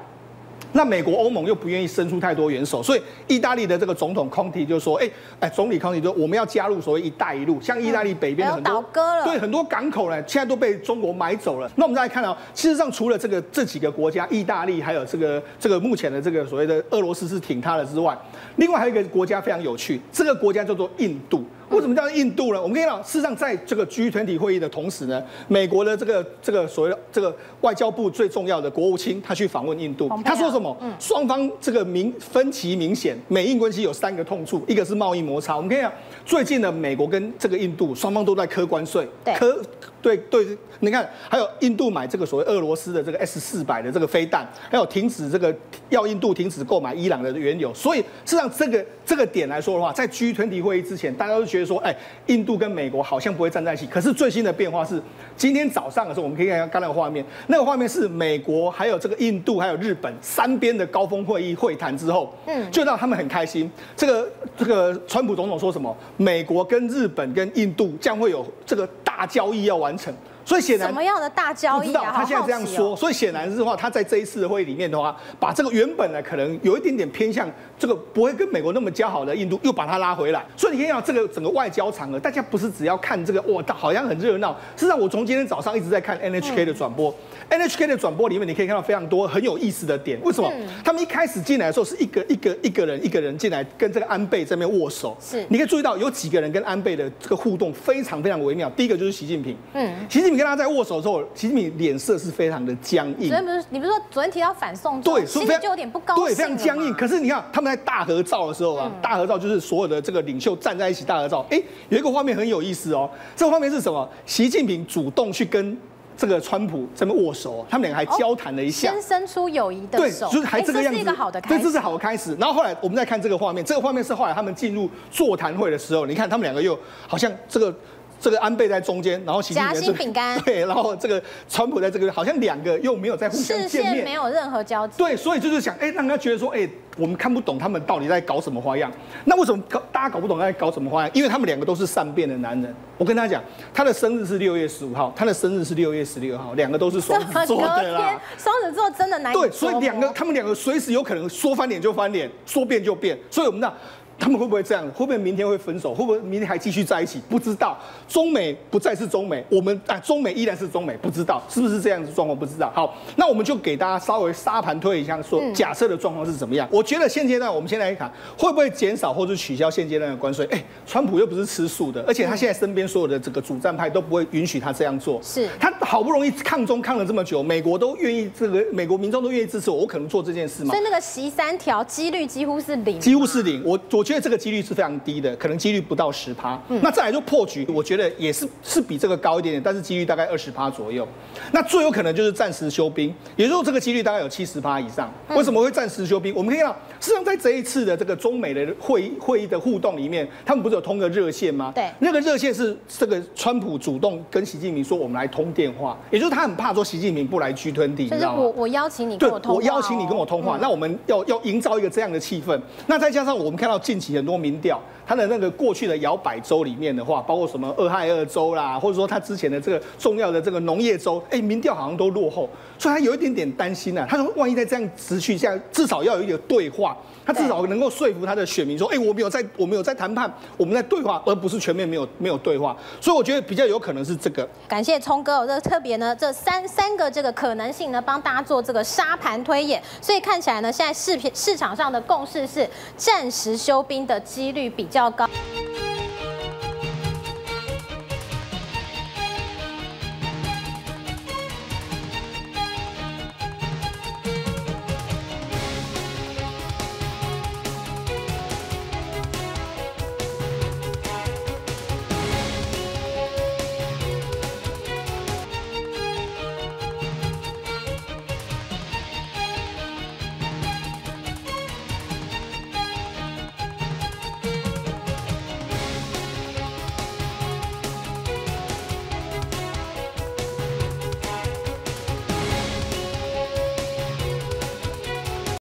Speaker 6: 那美国、欧盟又不愿意伸出太多援手，所以意大利的这个总统康提就说：“哎、哎，总理康提就说我们要加入所谓‘一带一路’，像意大利北边的很
Speaker 5: 还
Speaker 6: 多
Speaker 5: 有倒戈了
Speaker 6: 对很多港口呢，现在都被中国买走了。那我们再来看到、事实上除了这个这几个国家，意大利还有这个这个目前的这个所谓的俄罗斯是挺他的之外，另外还有一个国家非常有趣，这个国家叫做印度。”为什么叫印度呢？我们跟你讲，事实上在这个 G 团体会议的同时呢，美国的这个这个所谓的这个外交部最重要的国务卿他去访问印度
Speaker 5: 蓬，佩
Speaker 6: 他
Speaker 5: 奥嗯
Speaker 6: 说什么？双方这个明分歧明显，美印关系有三个痛处，一个是贸易摩擦。我们可以讲，最近的美国跟这个印度双方都在科关税，
Speaker 5: 对
Speaker 6: 科对对，你看，还有印度买这个所谓俄罗斯的这个 S 四百的这个飞弹，还有停止这个要印度停止购买伊朗的原油。所以事实上，这个这个点来说的话，在 G 团体会议之前，大家都觉得说，哎，印度跟美国好像不会站在一起。可是最新的变化是，今天早上的时候，我们可以看到刚才的画面，那个画面是美国还有这个印度还有日本三边的高峰会议会谈之后，嗯，就让他们很开心。这个这个川普总统说什么？美国跟日本跟印度将会有这个大交易要完成。所以显然
Speaker 5: 什么样的大交
Speaker 6: 不知
Speaker 5: 易
Speaker 6: 道
Speaker 5: 啊？
Speaker 6: 他现在这样说，所以显然是的话，他在这一次的会议里面的话，把这个原本呢可能有一点点偏向这个不会跟美国那么交好的印度，又把它拉回来。所以你可以看到这个整个外交场合，大家不是只要看这个哇，好像很热闹。事实上，我从今天早上一直在看 NHK
Speaker 5: 嗯
Speaker 6: 的转播、n h k 的转播里面你可以看到非常多很有意思的点。为什么？
Speaker 5: 嗯
Speaker 6: 他们一开始进来的时候是一个一个一个人一个人进来跟这个安倍这边握手，
Speaker 5: 是
Speaker 6: 你可以注意到有几个人跟安倍的这个互动非常非常微妙。第一个就是习近平，嗯，习近平跟他在握手之后，习近平脸色是非常的僵硬
Speaker 5: 昨。天不是你不是说昨天提到反送中，
Speaker 6: 对，
Speaker 5: 心
Speaker 6: 非
Speaker 5: 里
Speaker 6: 常
Speaker 5: 就有点不高兴了嘛
Speaker 6: 对，
Speaker 5: 嗯
Speaker 6: 非常僵硬。可是你看他们在大合照的时候啊，大合照就是所有的这个领袖站在一起大合照。哎，有一个画面很有意思哦，这个画面是什么？习近平主动去跟这个川普这边握手，哦他们两个还
Speaker 5: 哦
Speaker 6: 交谈了一下。
Speaker 5: 先伸出友谊的
Speaker 6: 对，
Speaker 5: 手，
Speaker 6: 就是还
Speaker 5: 哎
Speaker 6: 这个样
Speaker 5: 是
Speaker 6: 子，
Speaker 5: 一个好的开
Speaker 6: 对，
Speaker 5: 始。
Speaker 6: 这是好的开始。然后后来我们再看这个画面，这个画面是后来他们进入座谈会的时候，你看他们两个又好像这个。这个安倍在中间，然后习近平在这
Speaker 5: 夹心饼干
Speaker 6: <laughs> 对，然后这个川普在这个，好像两个又没有在互相
Speaker 5: 视
Speaker 6: 见
Speaker 5: 线
Speaker 6: 面
Speaker 5: 没，有任何交
Speaker 6: <laughs>
Speaker 5: 集。
Speaker 6: 对，所以就是想，哎、让他觉得说，哎、我们看不懂他们到底在搞什么花样。那为什么搞大家搞不懂他在搞什么花样？因为他们两个都是善变的男人。我跟他讲，他的生日是六月十五号，他的生日是六月十六号，两个都是双
Speaker 5: 么
Speaker 6: 子
Speaker 5: 隔
Speaker 6: 座的
Speaker 5: 天
Speaker 6: 啦。，
Speaker 5: 双子座真的难以
Speaker 6: 对，所
Speaker 5: 捉
Speaker 6: 以
Speaker 5: 摸
Speaker 6: 两个他们两个随时有可能说翻脸就翻脸，说变就变。所以我们那他们会不会这样？会不会明天会分手？会不会明天还继续在一起？不知道。中美不再是中美，我们啊，中美依然是中美，不知道是不是这样子状况？不知道。好，那我们就给大家稍微沙盘推一下，说假设的状况是怎么样？我觉得现阶段我们先来看会不会减少或是取消现阶段的关税？哎，川普又不是吃素的，而且他现在身边所有的这个主战派都不会允许他这样做。
Speaker 5: 是
Speaker 6: 他好不容易抗中抗了这么久，美国都愿意这个美国民众都愿意支持我，我可能做这件事吗
Speaker 5: 所以？那个习三条几率几乎是零，啊
Speaker 6: 几乎是零，我我觉得这个几率是非常低的，可能几率不到十趴。
Speaker 5: 嗯
Speaker 6: 那再来就破局，我觉得也是是比这个高一点点，但是几率大概二十趴左右。那最有可能就是暂时休兵，也就是说这个几率大概有七十趴以上。
Speaker 5: 嗯
Speaker 6: 为什么会暂时休兵？我们可以看到，事实上在这一次的这个中美的会议会议的互动里面，他们不是有通个热线吗？
Speaker 5: 对
Speaker 6: 那个热线是这个川普主动跟习近平说，我们来通电话，也就是他很怕说习近平不来 G 吞地，你
Speaker 5: 就
Speaker 6: 知
Speaker 5: 是
Speaker 6: 道吗？
Speaker 5: 我我邀请你
Speaker 6: 对
Speaker 5: 跟我，通话、哦嗯
Speaker 6: 我邀请你跟我通话，那我们要要营造一个这样的气氛。那再加上我们看到近期很多民调，它的那个过去的摇摆州里面的话，包括什么俄亥俄州啦，或者说它之前的这个重要的这个农业州，哎，民调好像都落后，所以他有一点点担心啊。他说，万一再这样持续下，至少要有一个对话，他至少能够说服他的选民说，哎，我们有在我们有在谈判，我们在对话，而不是全面没有没有对话。所以我觉得比较有可能是这个。
Speaker 5: 感谢聪哥，我这特别呢，这三三个这个可能性呢，帮大家做这个沙盘推演，所以看起来呢，现在市市场上的共识是暂时休兵的几率比较高。